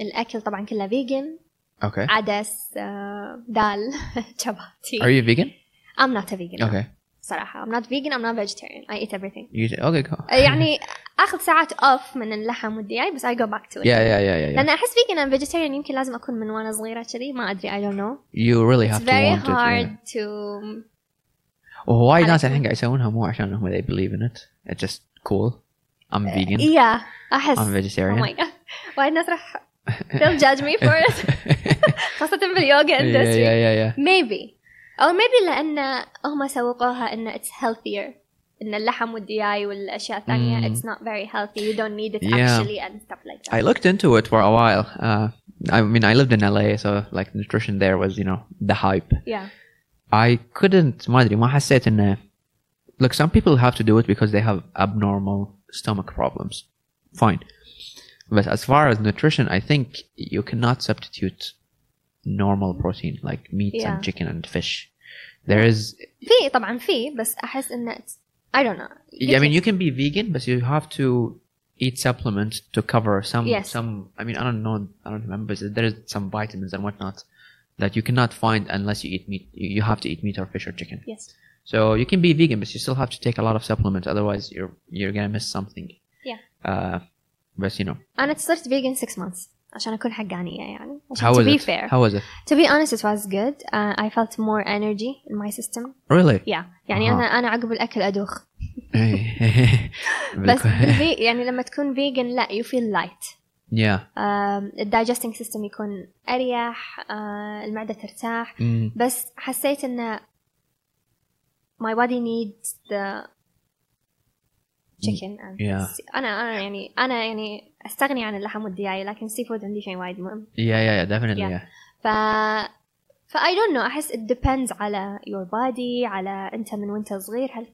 Speaker 2: الأكل طبعا كله vegan
Speaker 1: اوكي
Speaker 2: عدس آه، دال
Speaker 1: Are
Speaker 2: شباتي
Speaker 1: you vegan?
Speaker 2: I'm not a vegan
Speaker 1: Okay.
Speaker 2: صراحة I'm not vegan I'm not vegetarian I eat everything
Speaker 1: You okay go.
Speaker 2: آه، يعني اخذ ساعات اوف من اللحم والدياي بس I go back to it
Speaker 1: Yeah, yeah, yeah, yeah. yeah.
Speaker 2: لان احس vegan and vegetarian يمكن لازم اكون من وانا صغيرة كذي ما ادري I don't know
Speaker 1: You really have
Speaker 2: it's
Speaker 1: to
Speaker 2: very
Speaker 1: want it.
Speaker 2: hard
Speaker 1: yeah.
Speaker 2: to
Speaker 1: وهواي
Speaker 2: على
Speaker 1: ناس
Speaker 2: طول.
Speaker 1: الحين قاعد يسوونها مو عشان هم they believe in it. It's just cool. I'm vegan.
Speaker 2: yeah احس
Speaker 1: I'm
Speaker 2: Uh, oh
Speaker 1: vegetarian.
Speaker 2: my god وايد ناس راح they'll judge me for it خاصة باليوغا
Speaker 1: yeah, yeah,
Speaker 2: industry
Speaker 1: yeah, yeah.
Speaker 2: maybe او maybe لان هم سوقوها ان it's healthier ان اللحم والدياي والاشياء الثانيه
Speaker 1: Mm.
Speaker 2: it's not very healthy you don't need it
Speaker 1: Yeah.
Speaker 2: actually and stuff like that
Speaker 1: I looked into it for a while. Uh, I mean, I lived in LA, so like nutrition there was, you know, the hype.
Speaker 2: yeah
Speaker 1: I couldn't, ما أدري ما حسيت إنه look some people have to do it because they have abnormal stomach problems fine but as far as nutrition I think you cannot substitute normal protein like meat
Speaker 2: Yeah.
Speaker 1: and chicken and fish there is
Speaker 2: في طبعا في بس احس انه it's- I don't know
Speaker 1: I mean you can be vegan but you have to eat supplements to cover some
Speaker 2: Yes.
Speaker 1: some I mean I don't know I don't remember but there is some vitamins and whatnot that you cannot find unless you eat meat you you have to eat meat or fish or chicken
Speaker 2: yes
Speaker 1: So you can be vegan, but you still have to take a lot of supplements. Otherwise, you're you're gonna miss something.
Speaker 2: Yeah.
Speaker 1: Uh, but you know,
Speaker 2: انا صرت vegan 6 months عشان اكون حقانيه يعني عشان
Speaker 1: how
Speaker 2: to
Speaker 1: was
Speaker 2: be
Speaker 1: it?
Speaker 2: fair
Speaker 1: How was it?
Speaker 2: to be honest it was good uh, I felt more energy in my system
Speaker 1: Really?
Speaker 2: yeah يعني
Speaker 1: أها.
Speaker 2: انا انا عقب الاكل ادوخ بس
Speaker 1: Because-
Speaker 2: بالفي- يعني لما تكون vegan لا you feel light Um,
Speaker 1: yeah.
Speaker 2: آم، الدايجستنج سيستم يكون اريح آه، المعده ترتاح
Speaker 1: Mm,
Speaker 2: بس حسيت ان my body needs the chicken and
Speaker 1: Yeah.
Speaker 2: sea- انا انا يعني انا يعني استغني عن اللحم والدياي لكن السي فود عندي شيء وايد مهم
Speaker 1: yeah, yeah, yeah, definitely.
Speaker 2: Yeah.
Speaker 1: Yeah.
Speaker 2: ف ف I don't know احس it depends على your body على انت من وانت صغير هل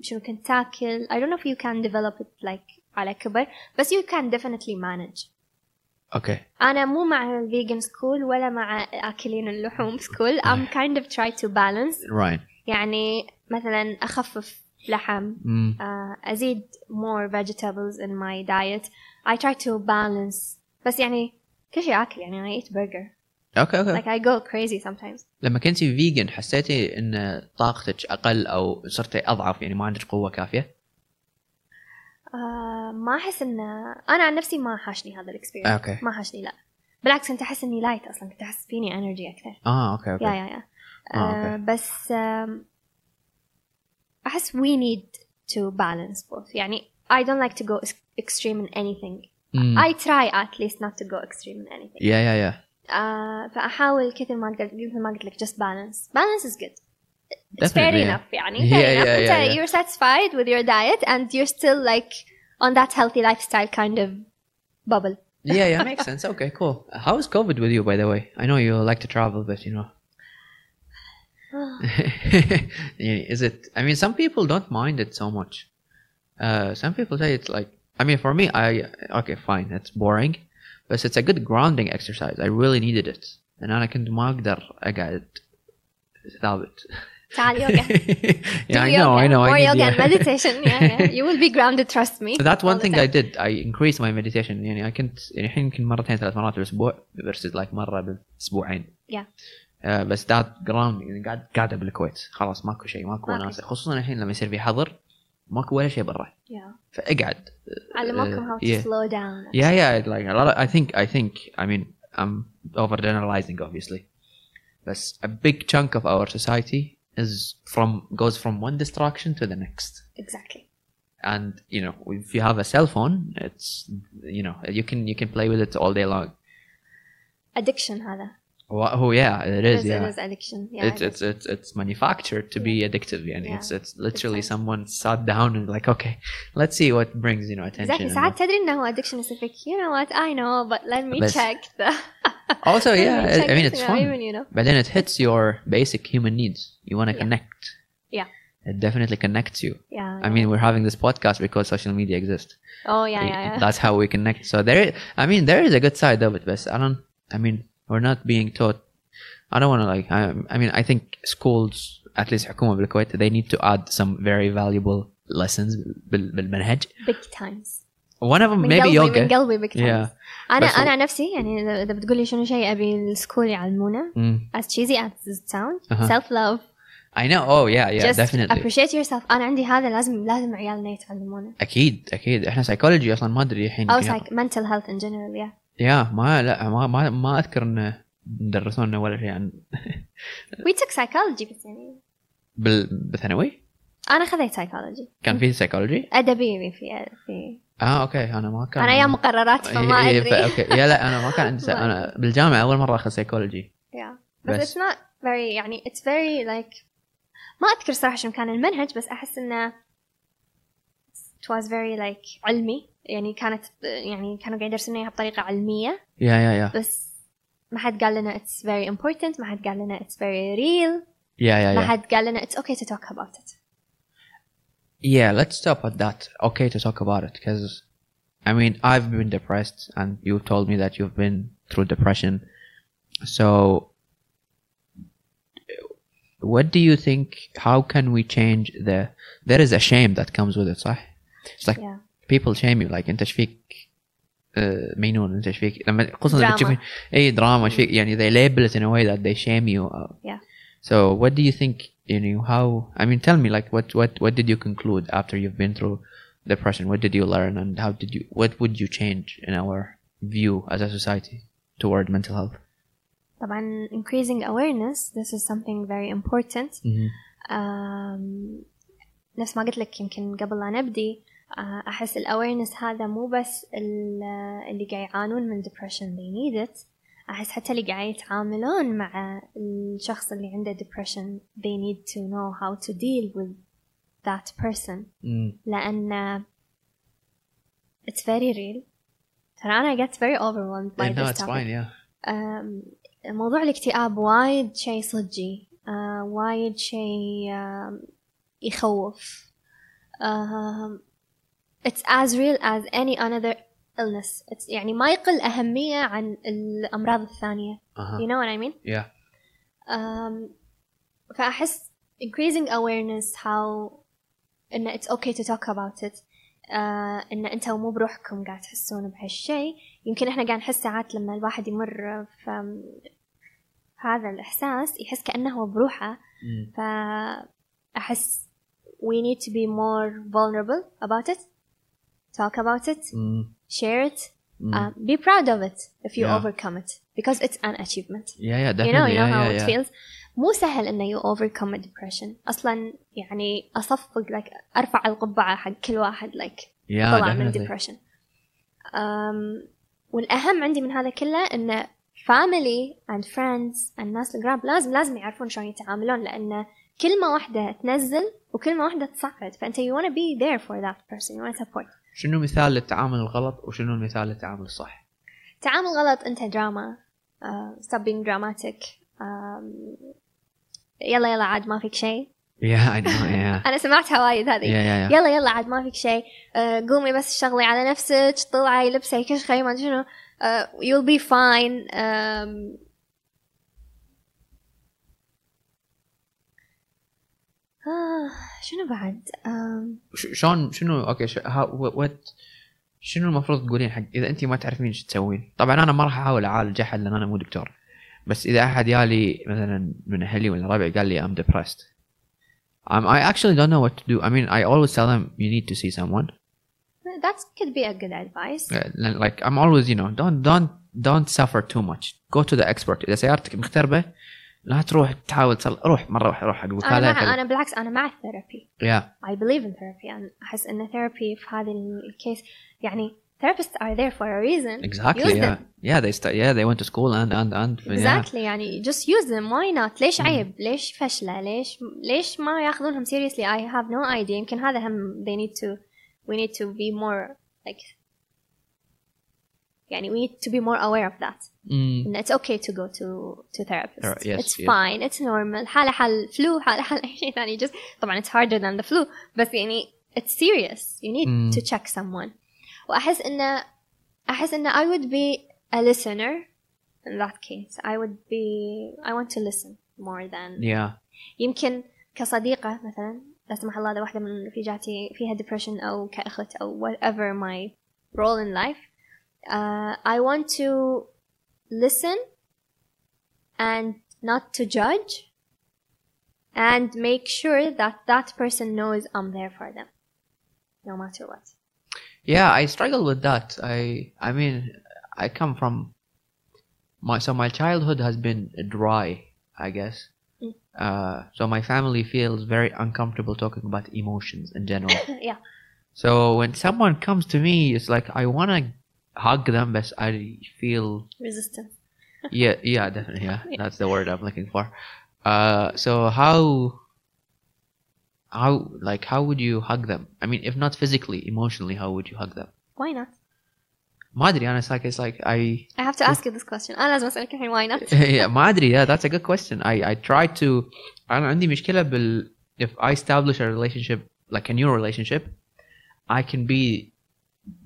Speaker 2: شنو كنت تاكل I don't know if you can develop it like على كبر بس you can definitely manage
Speaker 1: Okay.
Speaker 2: انا مو مع الفيجن سكول ولا مع اكلين اللحوم سكول I'm kind of try to balance
Speaker 1: Right.
Speaker 2: يعني مثلا اخفف لحم
Speaker 1: Mm.
Speaker 2: آه، ازيد more vegetables in my diet I try to balance بس يعني كل شيء اكل يعني I eat burger
Speaker 1: Okay. Okay.
Speaker 2: like I go crazy sometimes
Speaker 1: لما كنتي فيجن حسيتي ان طاقتك اقل او صرتي اضعف يعني ما عندك قوه كافيه؟
Speaker 2: آه، ما احس ان انا عن نفسي ما حاشني هذا الاكسبيرينس
Speaker 1: اوكي
Speaker 2: ما حاشني لا بالعكس كنت احس اني لايت اصلا كنت احس فيني انرجي اكثر
Speaker 1: اه اوكي اوكي
Speaker 2: يا يا يا
Speaker 1: آه،
Speaker 2: آه،
Speaker 1: أوكي.
Speaker 2: بس آم، احس we need to balance both يعني I don't like to go ex- extreme in anything
Speaker 1: مم.
Speaker 2: I try at least not to go extreme in anything Uh,
Speaker 1: يا يا يا
Speaker 2: آه، فاحاول كثر ما اقدر مثل ما قلت لك just balance balance is good it's fair
Speaker 1: Definitely, yeah.
Speaker 2: enough يعني
Speaker 1: Yeah,
Speaker 2: fair enough
Speaker 1: yeah,
Speaker 2: انت
Speaker 1: yeah, yeah.
Speaker 2: you're satisfied with your diet and you're still like on that healthy lifestyle kind of bubble
Speaker 1: يا يا makes sense okay cool how is covid with you by the way I know you like to travel but you know يعني is it I mean some people don't mind it so much uh, some people say it's like I mean for me I okay fine it's boring but it's a good grounding exercise I really needed it and أنا كنت ما أقدر أقعد ثابت
Speaker 2: تعال يوغا
Speaker 1: yeah,
Speaker 2: Do
Speaker 1: I know,
Speaker 2: yoga,
Speaker 1: I know.
Speaker 2: More
Speaker 1: I need-
Speaker 2: yoga and
Speaker 1: yeah.
Speaker 2: meditation. Yeah, yeah. You will be grounded, trust me.
Speaker 1: So that's one
Speaker 2: all
Speaker 1: thing
Speaker 2: the
Speaker 1: I
Speaker 2: time.
Speaker 1: did. I increased my meditation. يعني I كنت يعني الحين يمكن مرتين ثلاث مرات بالاسبوع versus like مرة بالاسبوعين.
Speaker 2: Yeah.
Speaker 1: آه، بس that ground يعني قاعد قاعدة بالكويت خلاص ماكو شيء ماكو
Speaker 2: ماكو
Speaker 1: وناس خصوصا الحين لما يصير في حظر ماكو ولا شيء برا
Speaker 2: Yeah.
Speaker 1: فاقعد.
Speaker 2: علموكم how to
Speaker 1: yeah.
Speaker 2: slow down.
Speaker 1: Yeah, yeah, I'd like a lot of, I think, I think, I mean, I'm overgeneralizing, obviously. But a big chunk of our society is from, goes from one distraction to the next.
Speaker 2: Exactly.
Speaker 1: and you know if you have a cell phone it's you know you can you can play with it all day long
Speaker 2: Addiction هذا.
Speaker 1: Wha- oh yeah it is
Speaker 2: Yes,
Speaker 1: yeah
Speaker 2: It is addiction. Yeah.
Speaker 1: it's it's it's it's manufactured to be addictive and
Speaker 2: Yeah.
Speaker 1: it's it's literally
Speaker 2: It's
Speaker 1: someone sat down and like okay let's see what brings you know attention
Speaker 2: Exactly.
Speaker 1: and
Speaker 2: ساعات تدري انه هو addiction is like you know what I know but let me
Speaker 1: بس-
Speaker 2: check the
Speaker 1: all. also
Speaker 2: let me
Speaker 1: yeah I-
Speaker 2: check
Speaker 1: i mean
Speaker 2: it
Speaker 1: it's
Speaker 2: now,
Speaker 1: fun
Speaker 2: even you know
Speaker 1: but then it hits your basic human needs you want to
Speaker 2: Yeah.
Speaker 1: connect
Speaker 2: Yeah.
Speaker 1: it definitely connects you
Speaker 2: yeah
Speaker 1: i mean we're having this podcast because social media exists
Speaker 2: oh yeah yeah yeah
Speaker 1: that's how we connect so there i mean there is a good side of it but i don't i mean we're not being taught i don't want to like I, I mean i think schools at least حكومة بالكويت they need to add some very valuable lessons بال- بالمنهج
Speaker 2: big times
Speaker 1: one of them
Speaker 2: من
Speaker 1: maybe
Speaker 2: قلبي من
Speaker 1: yoga
Speaker 2: قلبي big
Speaker 1: yeah
Speaker 2: times انا
Speaker 1: بس-
Speaker 2: انا عن نفسي يعني اذا إذا بتقول لي شنو شيء ابي السكول يعلمونه
Speaker 1: Mm.
Speaker 2: as cheesy as it sounds
Speaker 1: أها.
Speaker 2: self love
Speaker 1: I know oh yeah yeah
Speaker 2: just
Speaker 1: definitely
Speaker 2: appreciate yourself انا عندي هذا لازم لازم عيالنا يتعلمونه
Speaker 1: اكيد اكيد احنا psychology اصلا ما ادري الحين
Speaker 2: او
Speaker 1: يمكن-
Speaker 2: like mental health in general yeah
Speaker 1: يا ما لا ما ما, ما اذكر انه درسونا ولا شيء عن
Speaker 2: we took psychology بس يعني
Speaker 1: بال- بالثانوي
Speaker 2: انا خذيت psychology
Speaker 1: كان في psychology
Speaker 2: ادبي في في
Speaker 1: اه اوكي انا ما كان
Speaker 2: انا يا مقررات فما
Speaker 1: إيه، إيه، ف-
Speaker 2: ادري
Speaker 1: اوكي يا لا انا ما كان عندي
Speaker 2: ما
Speaker 1: انا بالجامعه اول مره اخذ سيكولوجي
Speaker 2: yeah. بس
Speaker 1: بس
Speaker 2: it's not very يعني it's very like ما اذكر صراحه شنو كان المنهج بس احس انه it was very like علمي يعني كانت يعني كانوا قاعد يدرسونا اياها بطريقه علميه
Speaker 1: يا يا يا
Speaker 2: بس ما حد قال لنا it's very important ما حد قال لنا it's very real
Speaker 1: يا يا
Speaker 2: ما
Speaker 1: يا
Speaker 2: حد قال لنا it's okay to talk about it
Speaker 1: yeah let's stop at that okay to talk about it because I mean I've been depressed and you told me that you've been through depression so what do you think how can we change the there is a shame that comes with it صح it's like
Speaker 2: yeah.
Speaker 1: people shame you like uh, انت ايش فيك آه، مجنون انت ايش فيك لما خصوصا لما
Speaker 2: دراما.
Speaker 1: تشوفين اي دراما ايش فيك يعني they label it in a way that they shame you uh,
Speaker 2: Mm. Yeah.
Speaker 1: so what do you think you know how I mean tell me like what what what did you conclude after you've been through depression what did you learn and how did you what would you change in our view as a society toward mental health
Speaker 2: طبعا increasing awareness this is something very important um, نفس ما قلت لك يمكن قبل لا نبدي آه، أحس ال awareness هذا مو بس ال- اللي قاعد يعانون من depression they need it أحس حتى اللي قاعد يتعاملون مع الشخص اللي عنده depression they need to know how to deal with that person
Speaker 1: Mm.
Speaker 2: لأن it's very real ترى أنا get very overwhelmed by
Speaker 1: Yeah, no
Speaker 2: this
Speaker 1: it's
Speaker 2: topic
Speaker 1: fine yeah
Speaker 2: أم، موضوع الاكتئاب وايد شيء صجي آه، وايد شيء آم، يخوف آم، it's as real as any another illness It's يعني ما يقل أهمية عن الأمراض الثانية you
Speaker 1: Uh-huh.
Speaker 2: know what I mean
Speaker 1: Yeah.
Speaker 2: um, فأحس increasing awareness how إن it's okay to talk about it uh, إن أنت مو بروحكم قاعد تحسون بهالشيء يمكن إحنا قاعد نحس ساعات لما الواحد يمر في هذا الإحساس يحس كأنه هو بروحه
Speaker 1: Mm.
Speaker 2: فأحس we need to be more vulnerable about it talk about it
Speaker 1: Mm.
Speaker 2: share it
Speaker 1: Mm.
Speaker 2: uh, be proud of it if you
Speaker 1: Yeah.
Speaker 2: overcome it because it's an achievement
Speaker 1: yeah, yeah,
Speaker 2: you know
Speaker 1: definitely.
Speaker 2: you know
Speaker 1: yeah,
Speaker 2: how
Speaker 1: yeah,
Speaker 2: it
Speaker 1: yeah.
Speaker 2: feels مو سهل انه you overcome a depression اصلا يعني اصفق like ارفع القبعه حق كل واحد like
Speaker 1: Yeah,
Speaker 2: طلع من
Speaker 1: definitely.
Speaker 2: depression um, والاهم عندي من هذا كله انه family and friends and الناس القراب لازم لازم يعرفون شلون يتعاملون لان كلمه واحده تنزل وكلمه واحده تصعد فانت you wanna be there for that person you wanna support
Speaker 1: شنو مثال للتعامل الغلط وشنو المثال للتعامل الصح؟
Speaker 2: تعامل غلط انت دراما uh, stop being dramatic um, يلا يلا عاد ما فيك شيء
Speaker 1: Yeah, I know. Yeah.
Speaker 2: انا سمعتها وايد هذه
Speaker 1: yeah, yeah, yeah.
Speaker 2: يلا يلا عاد ما فيك شيء آه، قومي بس شغلي على نفسك طلعي لبسي كشخي ما ادري شنو آه، you'll be fine آم، آه، شنو بعد آم،
Speaker 1: ش- شلون شنو اوكي ش... ها... وات شنو المفروض تقولين حق اذا انت ما تعرفين ايش تسوين؟ طبعا انا ما راح احاول اعالج احد لان انا مو دكتور. بس اذا احد يالي مثلا من اهلي ولا ربعي قال لي I'm depressed. I'm, I actually don't know what to do. I mean, I always tell them you need to see someone.
Speaker 2: that could be a good advice
Speaker 1: Uh, like I'm always, you know, don't don't don't suffer too much. Go to the expert. إذا سيارتك مختربة لا تروح تحاول تصل... روح مرة واحدة روح حق
Speaker 2: انا
Speaker 1: وكالة.
Speaker 2: مع انا بالعكس انا مع الثيرابي
Speaker 1: Yeah.
Speaker 2: I believe in therapy أنا احس ان therapy في هذا الكيس يعني therapists are there for a reason
Speaker 1: Exactly.
Speaker 2: Use
Speaker 1: Yeah.
Speaker 2: them.
Speaker 1: Yeah. They st- yeah. They went to school and and and. Yeah.
Speaker 2: exactly يعني just use them why not ليش عيب ليش فشلة ليش ليش ما ياخذونهم seriously I have no idea يمكن هذا هم they need to we need to be more like يعني we need to be more aware of that
Speaker 1: Mm,
Speaker 2: إن it's okay to go to to therapist
Speaker 1: Thera- yes,
Speaker 2: it's
Speaker 1: yes.
Speaker 2: fine it's normal حالة حال flu حالة حال أي شيء ثاني just طبعا it's harder than the flu بس يعني it's serious you need
Speaker 1: Mm.
Speaker 2: to check someone وأحس إن أحس إن I would be a listener in that case I would be I want to listen more than
Speaker 1: yeah.
Speaker 2: يمكن كصديقة مثلا لا سمح الله إذا واحدة من رفيجاتي فيها depression أو كأخت أو whatever my role in life uh, I want to listen and not to judge and make sure that that person knows I'm there for them no matter what
Speaker 1: Yeah. I struggle with that. I I mean, I come from my so my childhood has been dry, I guess.
Speaker 2: Mm.
Speaker 1: Uh, so my family feels very uncomfortable talking about emotions in general.
Speaker 2: yeah
Speaker 1: so when someone comes to me, it's like I wanna hug them, but I feel
Speaker 2: resistance
Speaker 1: yeah, yeah, definitely. Yeah, that's the word I'm looking for. Uh, so how, how like how would you hug them? I mean, if not physically, emotionally, how would you hug them?
Speaker 2: why not
Speaker 1: ما أدري أنا it's like it's like I
Speaker 2: I have to ask you this question أنا لازم أسألك الحين why not
Speaker 1: yeah ما أدري yeah that's a good question I I try to أنا عندي مشكلة بال if I establish a relationship like a new relationship I can be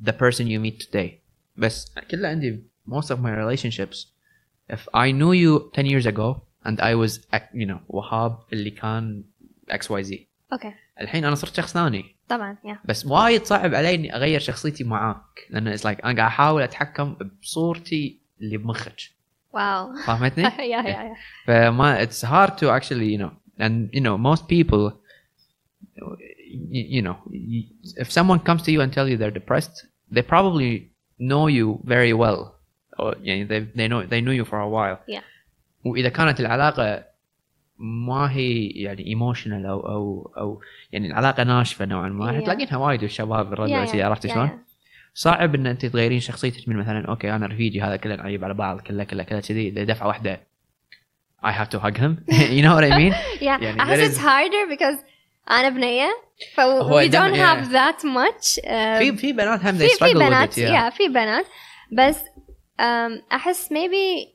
Speaker 1: the person you meet today بس كلها عندي most of my relationships if I knew you 10 years ago and I was you know وهاب اللي كان XYZ
Speaker 2: okay
Speaker 1: الحين أنا صرت شخص ثاني
Speaker 2: طبعا yeah
Speaker 1: بس وايد صعب علي اني اغير شخصيتي معاك لان it's like انا قاعد احاول اتحكم بصورتي اللي بمخك
Speaker 2: wow
Speaker 1: فاهمتني؟
Speaker 2: yeah yeah yeah
Speaker 1: فما it's hard to actually you know and you know most people you, you know y- if someone comes to you and tell you they're depressed they probably know you very well or يعني they they know they knew you for a while
Speaker 2: Yeah.
Speaker 1: واذا كانت العلاقه ما هي يعني ايموشنال او او او يعني العلاقه ناشفه نوعا ما
Speaker 2: Yeah.
Speaker 1: yeah. تلاقينها وايد الشباب الرجل
Speaker 2: Yeah,
Speaker 1: yeah,
Speaker 2: yeah.
Speaker 1: عرفت
Speaker 2: Yeah,
Speaker 1: شلون؟
Speaker 2: yeah.
Speaker 1: صعب ان انت تغيرين شخصيتك من مثلا اوكي انا رفيجي هذا كله نعيب على بعض كله كله كله كذي دفعه واحده I have to hug him you know what I mean
Speaker 2: yeah,
Speaker 1: يعني
Speaker 2: I
Speaker 1: there
Speaker 2: guess it's
Speaker 1: is-
Speaker 2: harder because أنا بنية ف we
Speaker 1: دم-
Speaker 2: don't
Speaker 1: Oh, yeah.
Speaker 2: have that much uh,
Speaker 1: في في بنات هم
Speaker 2: في
Speaker 1: they
Speaker 2: في
Speaker 1: struggle
Speaker 2: بنات
Speaker 1: with it yeah.
Speaker 2: yeah في بنات بس um, أحس maybe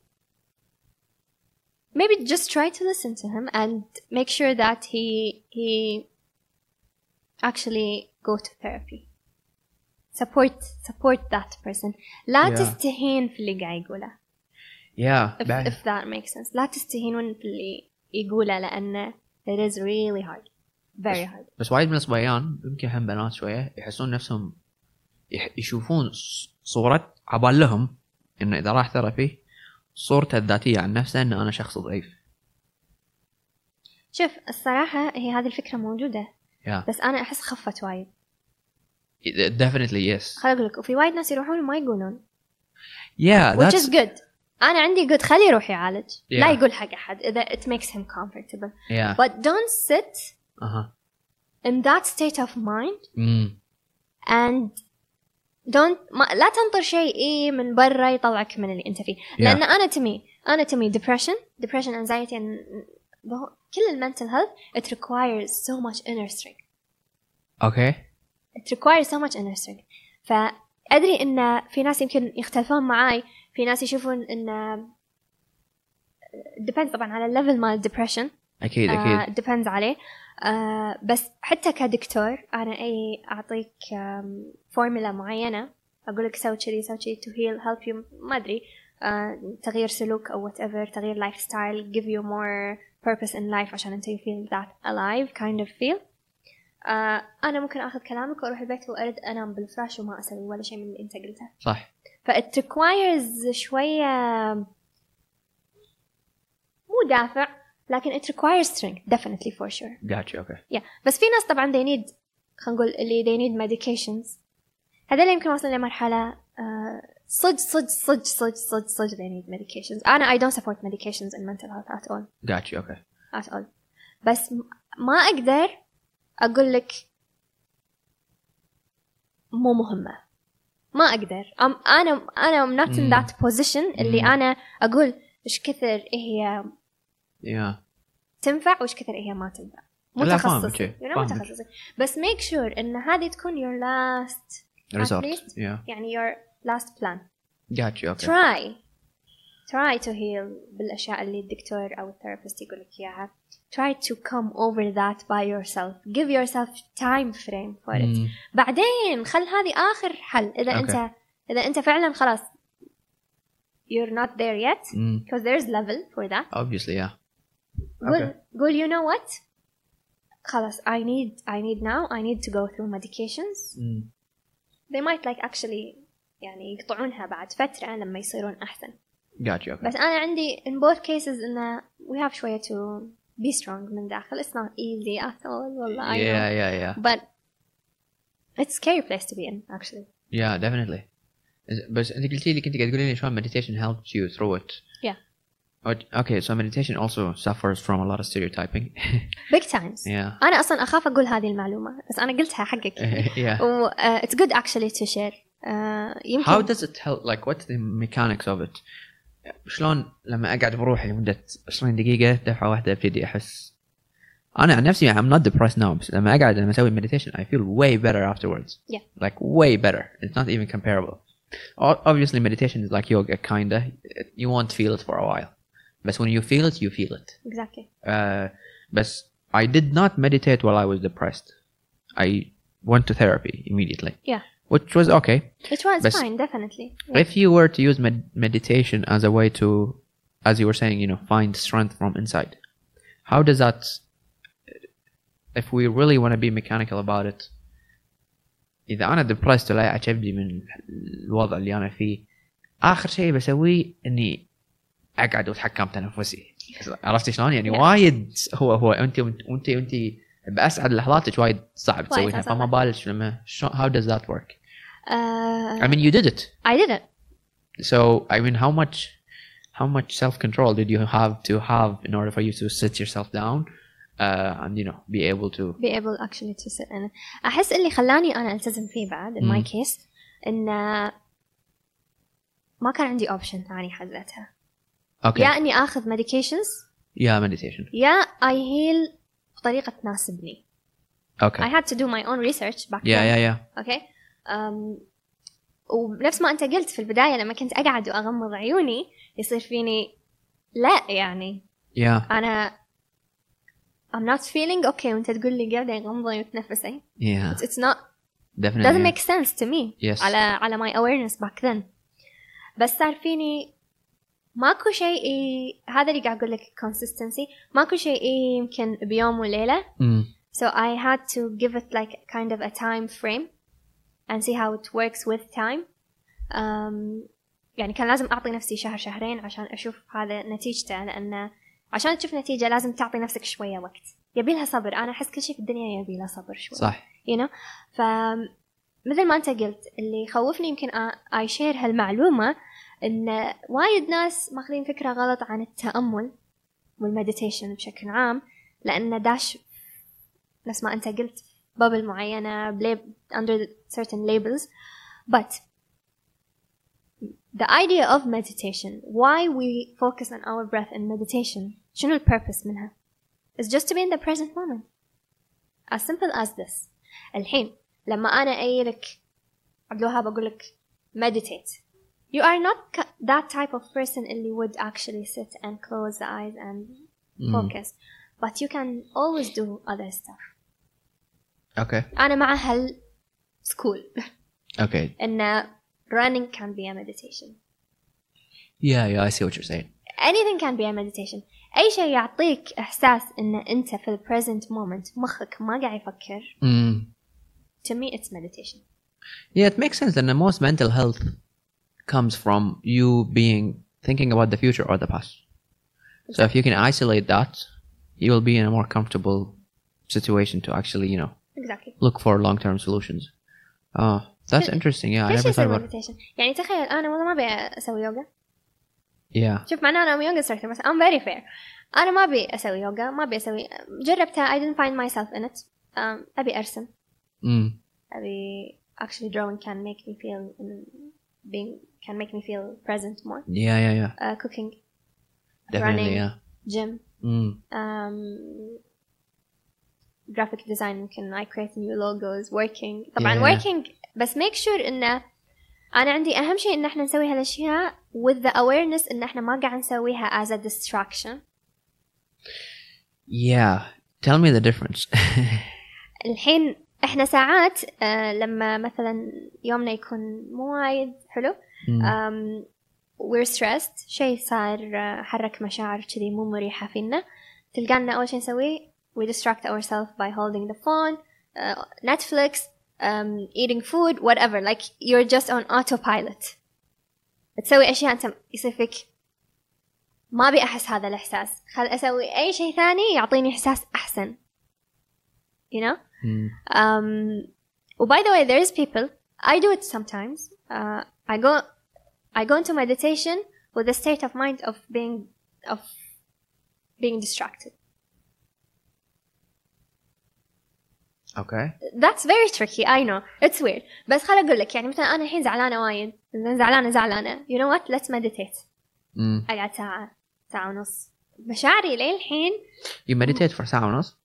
Speaker 2: maybe just try to listen to him and make sure that he he actually go to therapy support support that person لا
Speaker 1: Yeah.
Speaker 2: تستهين في اللي قاعد يقوله
Speaker 1: yeah
Speaker 2: if,
Speaker 1: بعد-
Speaker 2: if that makes sense لا تستهينون في اللي يقوله لأنه it is really hard very hard
Speaker 1: بس وايد من الصبيان يمكن هم بنات شويه يحسون نفسهم يح- يشوفون ص- صوره عبالهم انه اذا راح ثيرابي صورته الذاتيه عن نفسه انه انا شخص ضعيف
Speaker 2: شوف الصراحة هي هذه الفكرة موجودة
Speaker 1: Yeah.
Speaker 2: بس أنا أحس خفت وايد
Speaker 1: definitely yes
Speaker 2: خل أقول لك وفي وايد ناس يروحون وما يقولون
Speaker 1: yeah
Speaker 2: which is
Speaker 1: that's
Speaker 2: good أنا عندي good خلي يروح يعالج لا
Speaker 1: Yeah.
Speaker 2: يقول حق أحد إذا it makes him comfortable
Speaker 1: yeah Uh-huh.
Speaker 2: but don't sit
Speaker 1: اها
Speaker 2: in that state of mind
Speaker 1: امم
Speaker 2: and don't ما لا تنطر شيء إيه من برا يطلعك من اللي أنت فيه لان
Speaker 1: yeah
Speaker 2: انا تمي انا تمي depression depression anxiety and كل المنتل health it requires so much inner strength
Speaker 1: okay
Speaker 2: it requires so much inner strength فادري ان في ناس يمكن يختلفون معاي في ناس يشوفون ان depends طبعا على الليفل مال depression
Speaker 1: اكيد
Speaker 2: آه
Speaker 1: اكيد
Speaker 2: depends عليه آه بس حتى كدكتور انا اي اعطيك آم، فورمولا معينه اقول لك سوي كذي سوي كذي تو هيل هيلب يو ما ادري آه تغيير سلوك او وات ايفر تغيير لايف ستايل give you more purpose in life عشان انت you feel that alive kind of feel آه انا ممكن اخذ كلامك واروح البيت وارد انام بالفراش وما اسوي ولا شيء من اللي انت قلته
Speaker 1: صح
Speaker 2: فات ريكوايرز شويه مو دافع لكن ات ريكوايرز strength definitely for sure
Speaker 1: gotcha okay
Speaker 2: بس في ناس طبعا they need خلينا نقول اللي they need medications هذول يمكن واصلين لمرحله آه، صج صج صج صج صج صج they need medications انا I don't support medications in mental health at all
Speaker 1: gotcha okay
Speaker 2: at all بس م- ما اقدر اقول لك مو مهمه ما اقدر أم انا انا I'm not in
Speaker 1: مم.
Speaker 2: that position اللي
Speaker 1: مم.
Speaker 2: انا اقول ايش كثر هي
Speaker 1: yeah
Speaker 2: تنفع وايش كثر هي ما تنفع مو
Speaker 1: لا، فاهمك،
Speaker 2: تخصصي
Speaker 1: إيه،
Speaker 2: يعني مو
Speaker 1: فاهمك.
Speaker 2: تخصصي بس ميك شور ان هذه تكون your last
Speaker 1: resort
Speaker 2: least-
Speaker 1: yeah
Speaker 2: يعني your last plan
Speaker 1: gotcha okay
Speaker 2: try try to heal بالاشياء اللي الدكتور او الثيرابيست يقول لك اياها try to come over that by yourself give yourself time frame for it
Speaker 1: مم.
Speaker 2: بعدين خل هذه اخر حل اذا
Speaker 1: Mm. Okay.
Speaker 2: انت اذا انت فعلا خلاص you're not there yet
Speaker 1: مم.
Speaker 2: because there's level for that
Speaker 1: mm, obviously yeah
Speaker 2: قول قول you know what خلاص I need I need now I need to go through medications
Speaker 1: مم.
Speaker 2: they might like actually يعني يقطعونها بعد فترة لما يصيرون أحسن
Speaker 1: gotcha okay
Speaker 2: بس أنا عندي in both cases إنه we have شوية to be strong من داخل it's not easy at all والله I
Speaker 1: yeah
Speaker 2: know
Speaker 1: yeah yeah
Speaker 2: but it's scary place to be in actually
Speaker 1: yeah definitely بس انت قلتي لي كنت قاعد تقولي لي شلون meditation helps you through it
Speaker 2: Yeah.
Speaker 1: But- okay so meditation also suffers from a lot of stereotyping
Speaker 2: big times
Speaker 1: yeah
Speaker 2: أنا أصلا أخاف أقول هذه المعلومة بس أنا قلتها حقك
Speaker 1: yeah
Speaker 2: و uh, it's good actually to share uh, يمكن
Speaker 1: how does it help like what's the mechanics of it شلون لما اقعد بروحي لمده 20 دقيقه دفعه واحده ابتدي احس انا عن نفسي I'm not depressed now بس لما اقعد لما اسوي meditation I feel way better afterwards
Speaker 2: Yeah.
Speaker 1: like way better it's not even comparable O- obviously meditation is like yoga kinda you won't feel it for a while but when you feel it you feel it
Speaker 2: exactly
Speaker 1: uh, بس I did not meditate while I was depressed. I went to therapy immediately.
Speaker 2: Yeah.
Speaker 1: Which was okay.
Speaker 2: It was
Speaker 1: بس-
Speaker 2: fine, definitely.
Speaker 1: If you were to use med- meditation as a way to, as you were saying, you know, find strength from inside, how does that, if we really want to be mechanical about it, إذا أنا depressed ولا عجبني من الوضع اللي أنا فيه آخر شيء بسويه إني أقعد وأتحكم بتنفسي عرفتي شلون يعني
Speaker 2: Yeah.
Speaker 1: وايد هو هو أنت وأنت وأنت بأسعد لحظاتك وايد صعب تسويها
Speaker 2: أصعب.
Speaker 1: فما بالك لما شلون- how does that work I
Speaker 2: Uh,
Speaker 1: mean you did it
Speaker 2: I did it.
Speaker 1: so i mean how much how much self-control did you have to have in order for you to sit yourself down uh, and you know be able to
Speaker 2: Be able actually to sit in. أحس اللي خلاني أنا ألتزم فيه بعد in my
Speaker 1: مم.
Speaker 2: case إن ما كان عندي option ثاني حزتها.
Speaker 1: okay
Speaker 2: يا إني آخذ medications
Speaker 1: yeah meditation
Speaker 2: يا I heal بطريقة تناسبني.
Speaker 1: okay
Speaker 2: I had to do my own research back
Speaker 1: yeah
Speaker 2: then.
Speaker 1: yeah yeah
Speaker 2: Okay. Um, ونفس ما أنت قلت في البداية لما كنت أقعد وأغمض عيوني يصير فيني لا يعني
Speaker 1: yeah
Speaker 2: انا I'm not feeling okay وانت تقول لي قاعدة غمضي وتنفسي
Speaker 1: yeah
Speaker 2: it's, it's not
Speaker 1: definitely
Speaker 2: doesn't make sense to me
Speaker 1: Mm-hmm. Yes.
Speaker 2: على على my awareness back then بس تعرفيني ماكو شيء ي- هذا اللي قاعد اقول لك consistency ماكو شيء يمكن بيوم وليله
Speaker 1: Mm.
Speaker 2: so I had to give it like kind of a time frame and see how it works with time um, يعني كان لازم أعطي نفسي شهر شهرين عشان أشوف هذا نتيجته لأن عشان تشوف نتيجة لازم تعطي نفسك شوية وقت يبيلها صبر أنا أحس كل شيء في الدنيا يبيله صبر شوي
Speaker 1: صح
Speaker 2: you know ف مثل ما انت قلت اللي يخوفني يمكن اي شير هالمعلومه ان وايد ناس ماخذين فكره غلط عن التامل والمديتيشن بشكل عام لانه داش نفس ما انت قلت بابل معينه بليب under certain labels but the idea of meditation why we focus on our breath in meditation شنو ال purpose منها it's just to be in the present moment as simple as this الحين لما انا ايلك عبد الوهاب اقول لك meditate you are not ca- that type of person اللي would actually sit and close the eyes and
Speaker 1: Mm.
Speaker 2: focus but you can always do other stuff
Speaker 1: okay
Speaker 2: انا مع هال school
Speaker 1: okay
Speaker 2: ان running can be a meditation
Speaker 1: yeah yeah I see what you're saying
Speaker 2: anything can be a meditation اي شيء يعطيك احساس ان انت في the present moment مخك ما قاعد يفكر
Speaker 1: mm.
Speaker 2: to me it's meditation
Speaker 1: yeah it makes sense that most mental health comes from you being thinking about the future or the past so if you can isolate that you will be in a more comfortable situation to actually you know
Speaker 2: exactly
Speaker 1: look for long-term solutions uh that's
Speaker 2: Th-
Speaker 1: interesting yeah I
Speaker 2: كل
Speaker 1: never
Speaker 2: شيء
Speaker 1: thought
Speaker 2: يصير
Speaker 1: about
Speaker 2: meditation يعني تخيل انا والله ما ابي اسوي يوغا
Speaker 1: yeah
Speaker 2: شوف معناه انا ام يوغا instructor بس I'm very fair انا ما ابي اسوي يوغا ما ابي اسوي جربتها I didn't find myself in it um, ابي ارسم
Speaker 1: mm.
Speaker 2: ابي actually drawing can make me feel being can make me feel present more
Speaker 1: yeah yeah yeah
Speaker 2: uh, cooking
Speaker 1: definitely
Speaker 2: Running.
Speaker 1: yeah
Speaker 2: gym
Speaker 1: mm.
Speaker 2: um, graphic design يمكن I create new logos working طبعا
Speaker 1: Yeah.
Speaker 2: working بس make sure انه انا عندي اهم شيء ان احنا نسوي هالاشياء with the awareness ان احنا ما قاعد نسويها as a distraction
Speaker 1: yeah tell me the difference
Speaker 2: الحين احنا ساعات آه، لما مثلا يومنا يكون مو وايد حلو
Speaker 1: Mm.
Speaker 2: um, we're stressed شيء صار آه، حرك مشاعر كذي مو مريحة فينا تلقانا أول شيء نسويه we distract ourselves by holding the phone uh, Netflix um, eating food whatever like you're just on autopilot تسوي أشياء أنت يصير فيك ما أبي أحس هذا الإحساس خل أسوي أي شيء ثاني يعطيني إحساس أحسن you know
Speaker 1: Mm.
Speaker 2: Um, oh, by the way, there is people. I do it sometimes. Uh, I go, I go into meditation with a state of mind of being of being distracted.
Speaker 1: okay
Speaker 2: That's very tricky. I know it's weird. بس خل أقول لك يعني مثلا أنا الحين زعلانة وايد. زين زعلانة زعلانة. You know what? Let's meditate.
Speaker 1: mm.
Speaker 2: أقعد ساعة ساعة ونص. مشاعري للحين
Speaker 1: you meditate for ساعة ونص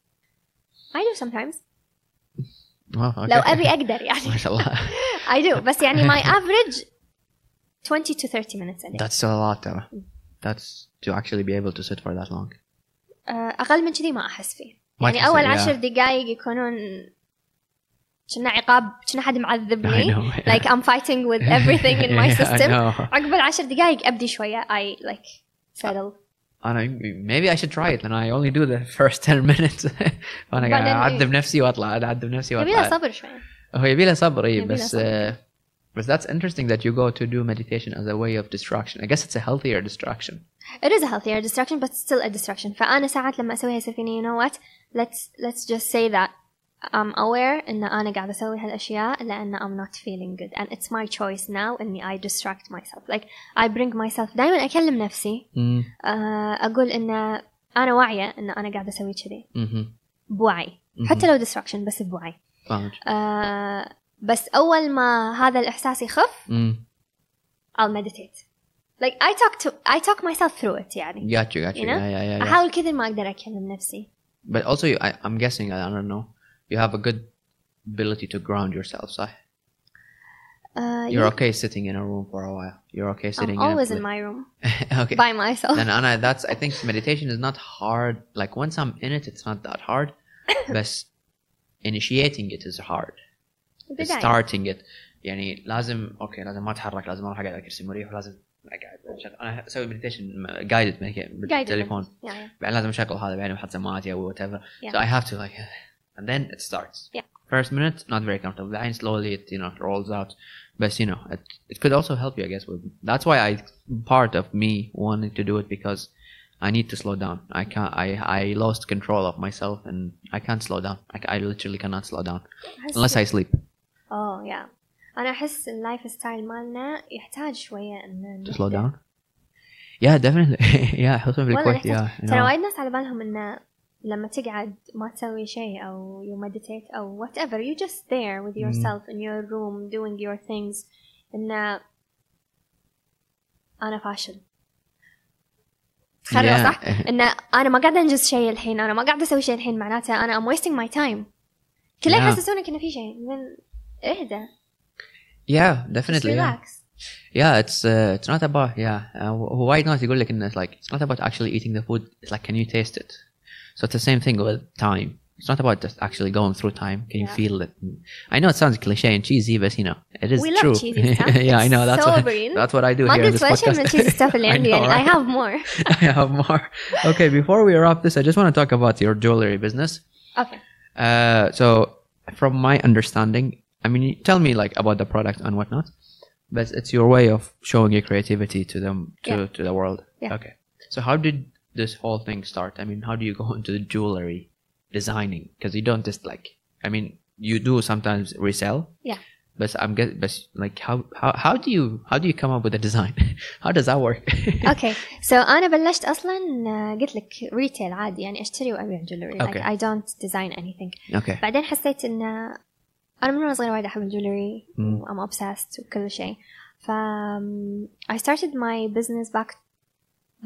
Speaker 2: I do sometimes.
Speaker 1: oh, okay.
Speaker 2: لو أبي أقدر يعني.
Speaker 1: ما شاء الله
Speaker 2: I do. بس يعني my average 20 to 30 minutes a day.
Speaker 1: That's still a lot though. That's to actually be able to sit for that long.
Speaker 2: آه، أقل من كذي ما أحس فيه
Speaker 1: ما
Speaker 2: يعني
Speaker 1: تحس-
Speaker 2: أول
Speaker 1: yeah.
Speaker 2: عشر دقايق يكونون كنا عقاب كنا حد
Speaker 1: I
Speaker 2: معذبني
Speaker 1: know. yeah.
Speaker 2: like I'm fighting with everything in my
Speaker 1: Yeah, I
Speaker 2: system
Speaker 1: know.
Speaker 2: عقب العشر دقايق أبدي شوية I like settle
Speaker 1: I know. Maybe I should try it. And I only do the first 10 minutes. وانا قاعد
Speaker 2: بعدين-
Speaker 1: اعذب نفسي واطلع أنا اعذب نفسي
Speaker 2: يبي لها
Speaker 1: واطلع
Speaker 2: صبر شوية
Speaker 1: هو يبي له صبر إيه،
Speaker 2: يبي له
Speaker 1: بس
Speaker 2: صبر.
Speaker 1: uh, But that's interesting that you go to do meditation as a way of distraction. I guess it's a healthier distraction.
Speaker 2: it is a healthier distraction but still a distraction فأنا ساعات لما أسويها يصير فيني you know what let's let's just say that I'm aware إن أنا قاعدة أسوي هالأشياء لأن I'm not feeling good and it's my choice now إني I distract myself like I bring myself دائما أكلم نفسي
Speaker 1: Mm.
Speaker 2: آه، اقول ان انا واعيه ان انا قاعده اسوي كذي
Speaker 1: Mhm.
Speaker 2: بوعي
Speaker 1: مهم.
Speaker 2: حتى لو ديستراكشن بس بوعي
Speaker 1: فهمت.
Speaker 2: آه، بس اول ما هذا الاحساس يخف
Speaker 1: Mm.
Speaker 2: I'll meditate like I talk to I talk myself through it يعني
Speaker 1: Got you, got you.
Speaker 2: You know?
Speaker 1: Yeah, yeah, yeah, yeah.
Speaker 2: احاول كثر ما اقدر اكلم نفسي
Speaker 1: But also, you, I, I'm guessing, I, I don't know, you have a good ability to ground yourself, صح?
Speaker 2: Uh, آه،
Speaker 1: You're
Speaker 2: yeah,
Speaker 1: okay sitting in a room for a while. You're okay sitting.
Speaker 2: I'm
Speaker 1: in a
Speaker 2: always in
Speaker 1: pla-
Speaker 2: my room
Speaker 1: okay.
Speaker 2: by myself
Speaker 1: Then Anna, that's I think meditation is not hard. Like once I'm in it, it's not that hard. but initiating it is hard.
Speaker 2: البداية
Speaker 1: starting it يعني لازم اوكي لازم ما اتحرك لازم اروح اقعد على كرسي مريح ولازم اقعد شغل- انا اسوي مديتيشن جايدد بالتليفون
Speaker 2: Yeah, yeah.
Speaker 1: بعدين لازم اشغل هذا بعدين احط سماعاتي او وات ايفر
Speaker 2: Yeah.
Speaker 1: so I have to like and then it starts
Speaker 2: Yeah.
Speaker 1: first minute not very comfortable بعدين slowly it you know it rolls out but you know it, it could also help you I guess with that's why I part of me wanting to do it because I need to slow down I can't I I lost control of myself and I can't slow down I, I literally cannot slow down
Speaker 2: أحس-
Speaker 1: unless I sleep
Speaker 2: اوه يا انا احس اللايف ستايل مالنا يحتاج شويه ان
Speaker 1: to slow down yeah definitely yeah خصوصا
Speaker 2: والله
Speaker 1: بالكويت
Speaker 2: نحتاج-
Speaker 1: yeah you
Speaker 2: ترى
Speaker 1: know.
Speaker 2: وايد ناس على بالهم انه لما تقعد ما تسوي شيء او you meditate او whatever you just there with
Speaker 1: مم.
Speaker 2: yourself in your room doing your things انه انا فاشل خرا صح؟
Speaker 1: Yeah.
Speaker 2: انه انا ما قاعده انجز شيء الحين انا ما قاعده اسوي شيء الحين معناته انا ام wasting my time كله
Speaker 1: Yeah.
Speaker 2: يحسسونك انه في شيء من اهدى
Speaker 1: yeah
Speaker 2: just
Speaker 1: definitely yeah.
Speaker 2: relax
Speaker 1: Yeah, it's uh, it's not about yeah. Uh, why not? You go like in this, like it's not about actually eating the food. It's like can you taste it? So it's the same thing with time. It's not about just actually going through time. Can you
Speaker 2: Yeah.
Speaker 1: feel it? I know it sounds cliche and cheesy, but you know it is
Speaker 2: We love
Speaker 1: true.
Speaker 2: cheesy stuff.
Speaker 1: yeah, I know
Speaker 2: It's
Speaker 1: that's
Speaker 2: so
Speaker 1: what,
Speaker 2: brilliant.
Speaker 1: that's what I do
Speaker 2: ما
Speaker 1: here in this
Speaker 2: قلت ولا شيء
Speaker 1: podcast.
Speaker 2: من الشيء stuff اللي
Speaker 1: I
Speaker 2: عندي
Speaker 1: know,
Speaker 2: يعني I
Speaker 1: right?
Speaker 2: have more
Speaker 1: I have more. Okay, before we wrap this, I just want to talk about your jewelry business.
Speaker 2: okay
Speaker 1: Uh, so from my understanding, I mean, you tell me like about the product and whatnot, but it's your way of showing your creativity to them to,
Speaker 2: Yeah.
Speaker 1: to the world.
Speaker 2: Yeah.
Speaker 1: Okay. So how did this whole thing start? I mean, how do you go into the jewelry designing? Because you don't just like, I mean, you do sometimes resell.
Speaker 2: Yeah.
Speaker 1: But I'm guess, but like how, how how do you how do you come up with a design? how does that work?
Speaker 2: اوكي سو انا بلشت اصلا آه، قلت لك ريتيل عادي يعني اشتري وابيع جولري
Speaker 1: Okay.
Speaker 2: لايك اي دونت ديزاين اني ثينك
Speaker 1: okay.
Speaker 2: بعدين حسيت ان آه، انا من وانا صغيره وايد احب الجولري
Speaker 1: Mm.
Speaker 2: وام obsessed وكل شيء ف I started my business back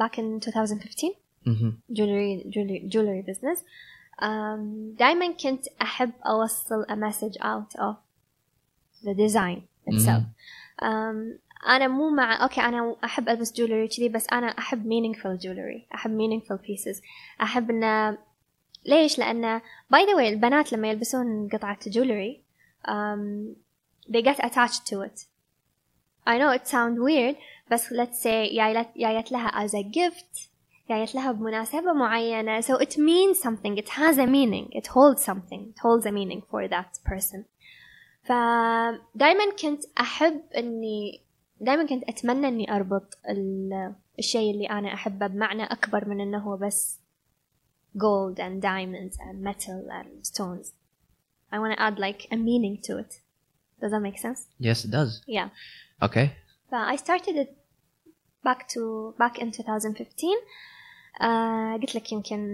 Speaker 2: back in 2015
Speaker 1: Mm-hmm.
Speaker 2: jewelry jewelry jewelry business Um, دائما كنت أحب أوصل a message out of the design itself um, أنا مو مع أوكي أنا أحب ألبس jewelry كذي بس أنا أحب meaningful jewelry أحب meaningful pieces أحب إنه ليش لأن باي ذا واي البنات لما يلبسون قطعة jewelry um, they get attached to it I know it sound weird بس let's say جايلت جايت لها as a gift جايت لها بمناسبة معينة so it means something it has a meaning it holds something it holds a meaning for that person فدايما كنت أحب أني دايما كنت أتمنى أني أربط ال- الشيء اللي أنا أحبه بمعنى أكبر من أنه هو بس gold and diamonds and metal and stones I want to add like a meaning to it does that make sense
Speaker 1: Yes, it does.
Speaker 2: yeah
Speaker 1: Okay.
Speaker 2: فاي started it back to back in 2015 آه Uh, قلت لك يمكن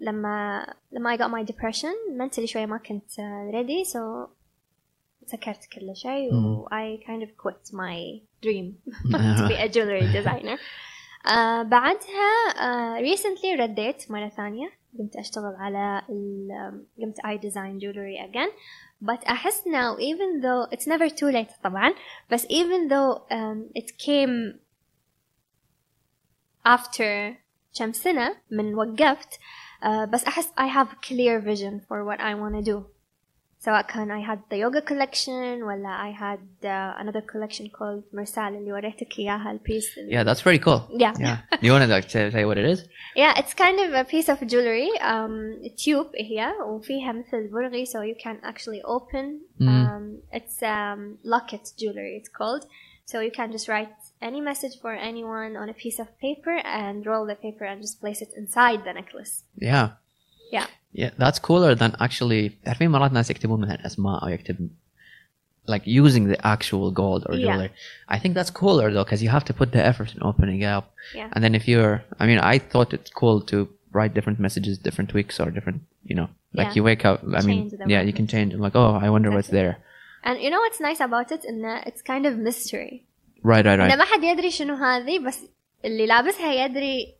Speaker 2: لما لما I got my depression mentally شوية ما كنت آه، ready so سكرت كل شيء و I kind of quit my dream
Speaker 1: Uh-huh.
Speaker 2: to be a jewelry designer آه بعدها آه recently رديت مرة ثانية قمت أشتغل على ال- um, قمت I design jewelry again but أحس now even though it's never too late طبعا بس even though um, it came after كم سنة من وقفت آه بس أحس I have clear vision for what I want to do سواء كان I had the yoga collection ولا I had uh, another collection called مرسال اللي وريتك إياها البيس
Speaker 1: Yeah, that's pretty cool.
Speaker 2: yeah.
Speaker 1: Yeah. you want to like say, say what it is?
Speaker 2: Yeah, it's kind of a piece of jewelry, um, tube هي وفيها مثل برغي so you can actually open.
Speaker 1: Mm.
Speaker 2: Um, it's um, locket jewelry it's called. So you can just write any message for anyone on a piece of paper and roll the paper and just place it inside the necklace.
Speaker 1: Yeah.
Speaker 2: Yeah.
Speaker 1: Yeah, that's cooler than actually. تعرفين مرات ناس يكتبون مثلا اسماء او يكتب like using the actual gold or
Speaker 2: Yeah.
Speaker 1: jewelry. I think that's cooler though because you have to put the effort in opening it up.
Speaker 2: Yeah.
Speaker 1: And then if you're, I mean, I thought it's cool to write different messages, different weeks or different, you know, like
Speaker 2: Yeah.
Speaker 1: you wake up. I mean,
Speaker 2: Change the
Speaker 1: yeah,
Speaker 2: one.
Speaker 1: you can change. I'm like, oh, I wonder what's there.
Speaker 2: And you know what's nice about it إنه it's kind of mystery.
Speaker 1: Right, right,
Speaker 2: إنه
Speaker 1: right.
Speaker 2: ما حد يدري شنو هذه بس اللي لابسها يدري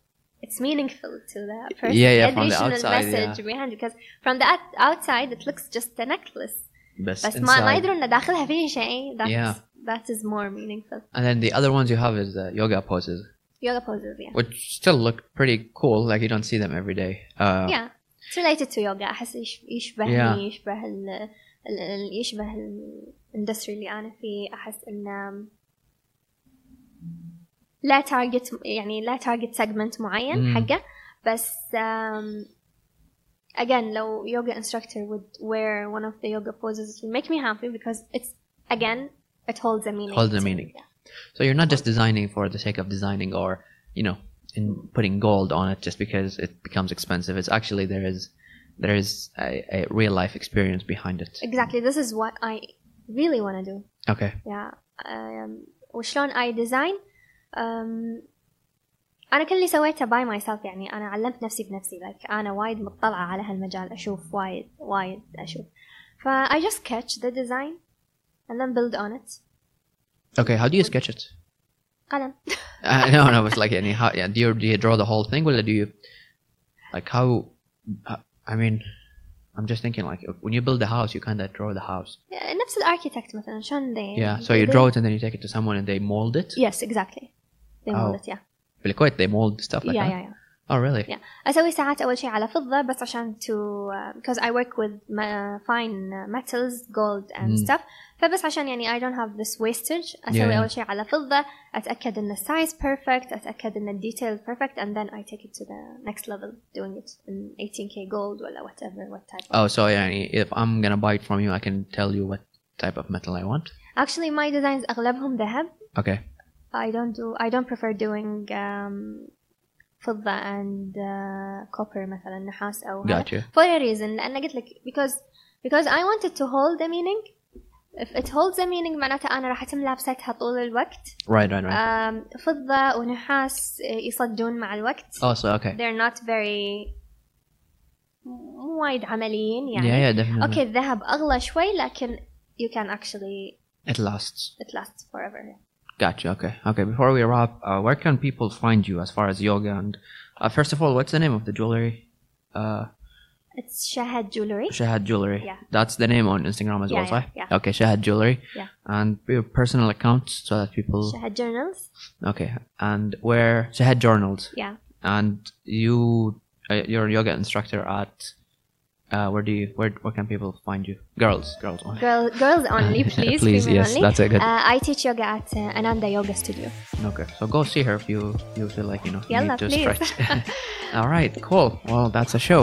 Speaker 2: it's meaningful to the person.
Speaker 1: Yeah, yeah,
Speaker 2: يدري
Speaker 1: from the
Speaker 2: شنو
Speaker 1: outside,
Speaker 2: المسج behind because from the out- outside it looks just a necklace.
Speaker 1: Best
Speaker 2: بس ما ما
Speaker 1: inside.
Speaker 2: يدرون ان داخلها في شيء that
Speaker 1: Yeah.
Speaker 2: that is more meaningful
Speaker 1: And then the other ones you have is the yoga poses,
Speaker 2: yoga poses yeah
Speaker 1: which still look pretty cool. Like you don't see them every day. Uh,
Speaker 2: yeah it's related to yoga احس يش- يشبهني
Speaker 1: Yeah.
Speaker 2: يشبه ال- ال- اللي يشبه الاندستري اللي انا فيه احس انه لا تارجت يعني لا تارجت سيجمنت معين
Speaker 1: مم.
Speaker 2: حقه بس um, again لو yoga instructor would wear one of the yoga poses will make me happy because it's again it holds a meaning
Speaker 1: Holds a
Speaker 2: to me.
Speaker 1: meaning. So you're not just designing for the sake of designing or, you know, in putting gold on it just because it becomes expensive. It's actually there is there is a, a real life experience behind it.
Speaker 2: exactly this is what I really want to do
Speaker 1: Okay.
Speaker 2: yeah um, وشلون I design um, أنا كل اللي سويته by myself يعني أنا علمت نفسي بنفسي like أنا وايد مطلعة على هالمجال أشوف وايد وايد أشوف ف I just catch the design and then build on it
Speaker 1: Okay. How do you sketch it?
Speaker 2: قلم
Speaker 1: Uh, no, no. It's like any. How, yeah, do you do you draw the whole thing, or do you like how? how- I mean, I'm just thinking like when you build a house, you kind of draw the house.
Speaker 2: نفس الاركيتكت مثلا شلون they
Speaker 1: Yeah. So you
Speaker 2: they-
Speaker 1: draw it and then you take it to someone and they mold it.
Speaker 2: yes exactly they
Speaker 1: Oh.
Speaker 2: mold it yeah
Speaker 1: Really quite. They mold stuff like
Speaker 2: yeah
Speaker 1: that.
Speaker 2: yeah yeah
Speaker 1: Oh, really?
Speaker 2: Yeah. اسوي ساعات اول شيء على فضه بس عشان to uh, because I work with ma- fine uh, metals gold and
Speaker 1: Mm.
Speaker 2: stuff فبس عشان يعني I don't have this wastage اسوي
Speaker 1: Yeah, yeah.
Speaker 2: اول شيء على فضه اتاكد ان size perfect اتاكد ان الديتيل perfect and then I take it to the next level doing it in 18k gold ولا whatever what type
Speaker 1: Oh, so yeah, if I'm gonna buy it from you, I can tell you what type of metal I want.
Speaker 2: actually my designs اغلبهم ذهب
Speaker 1: Okay.
Speaker 2: I don't do I don't prefer doing um, فضه and uh, copper مثلا نحاس او هذا.
Speaker 1: Got you.
Speaker 2: for a reason لأن قلت لك because because I wanted to hold the meaning if it holds the meaning معناته أنا راح أتم لابستها طول الوقت
Speaker 1: Right, right, right.
Speaker 2: um, فضة ونحاس يصدون مع الوقت
Speaker 1: oh, so okay.
Speaker 2: they're not very مو وايد عمليين يعني
Speaker 1: yeah, yeah, definitely.
Speaker 2: أوكي الذهب أغلى شوي لكن you can actually
Speaker 1: It lasts.
Speaker 2: it lasts forever
Speaker 1: Got you. Okay. Okay. Before we wrap, uh, where can people find you as far as yoga and uh, first of all, what's the name of the jewelry? Uh,
Speaker 2: it's Shahad jewelry
Speaker 1: Shahad Jewelry.
Speaker 2: Yeah.
Speaker 1: That's the name on Instagram as
Speaker 2: Yeah,
Speaker 1: well,
Speaker 2: yeah,
Speaker 1: right?
Speaker 2: yeah.
Speaker 1: Okay, Shahad Jewelry.
Speaker 2: Yeah.
Speaker 1: And your personal account so that people.
Speaker 2: Shahad journals
Speaker 1: Okay. And where Shahad Journals.
Speaker 2: yeah
Speaker 1: And you, uh, you're a yoga instructor at. Uh, where do you where where can people find you? Girls, girls only.
Speaker 2: girl, girls only please
Speaker 1: please,
Speaker 2: female
Speaker 1: yes,
Speaker 2: only
Speaker 1: that's a good.
Speaker 2: uh, I teach yoga at uh, Ananda Yoga Studio
Speaker 1: Okay, so go see her if you you feel like you know you
Speaker 2: Yalla,
Speaker 1: need to
Speaker 2: please.
Speaker 1: stretch. All right, cool. Well, that's a show.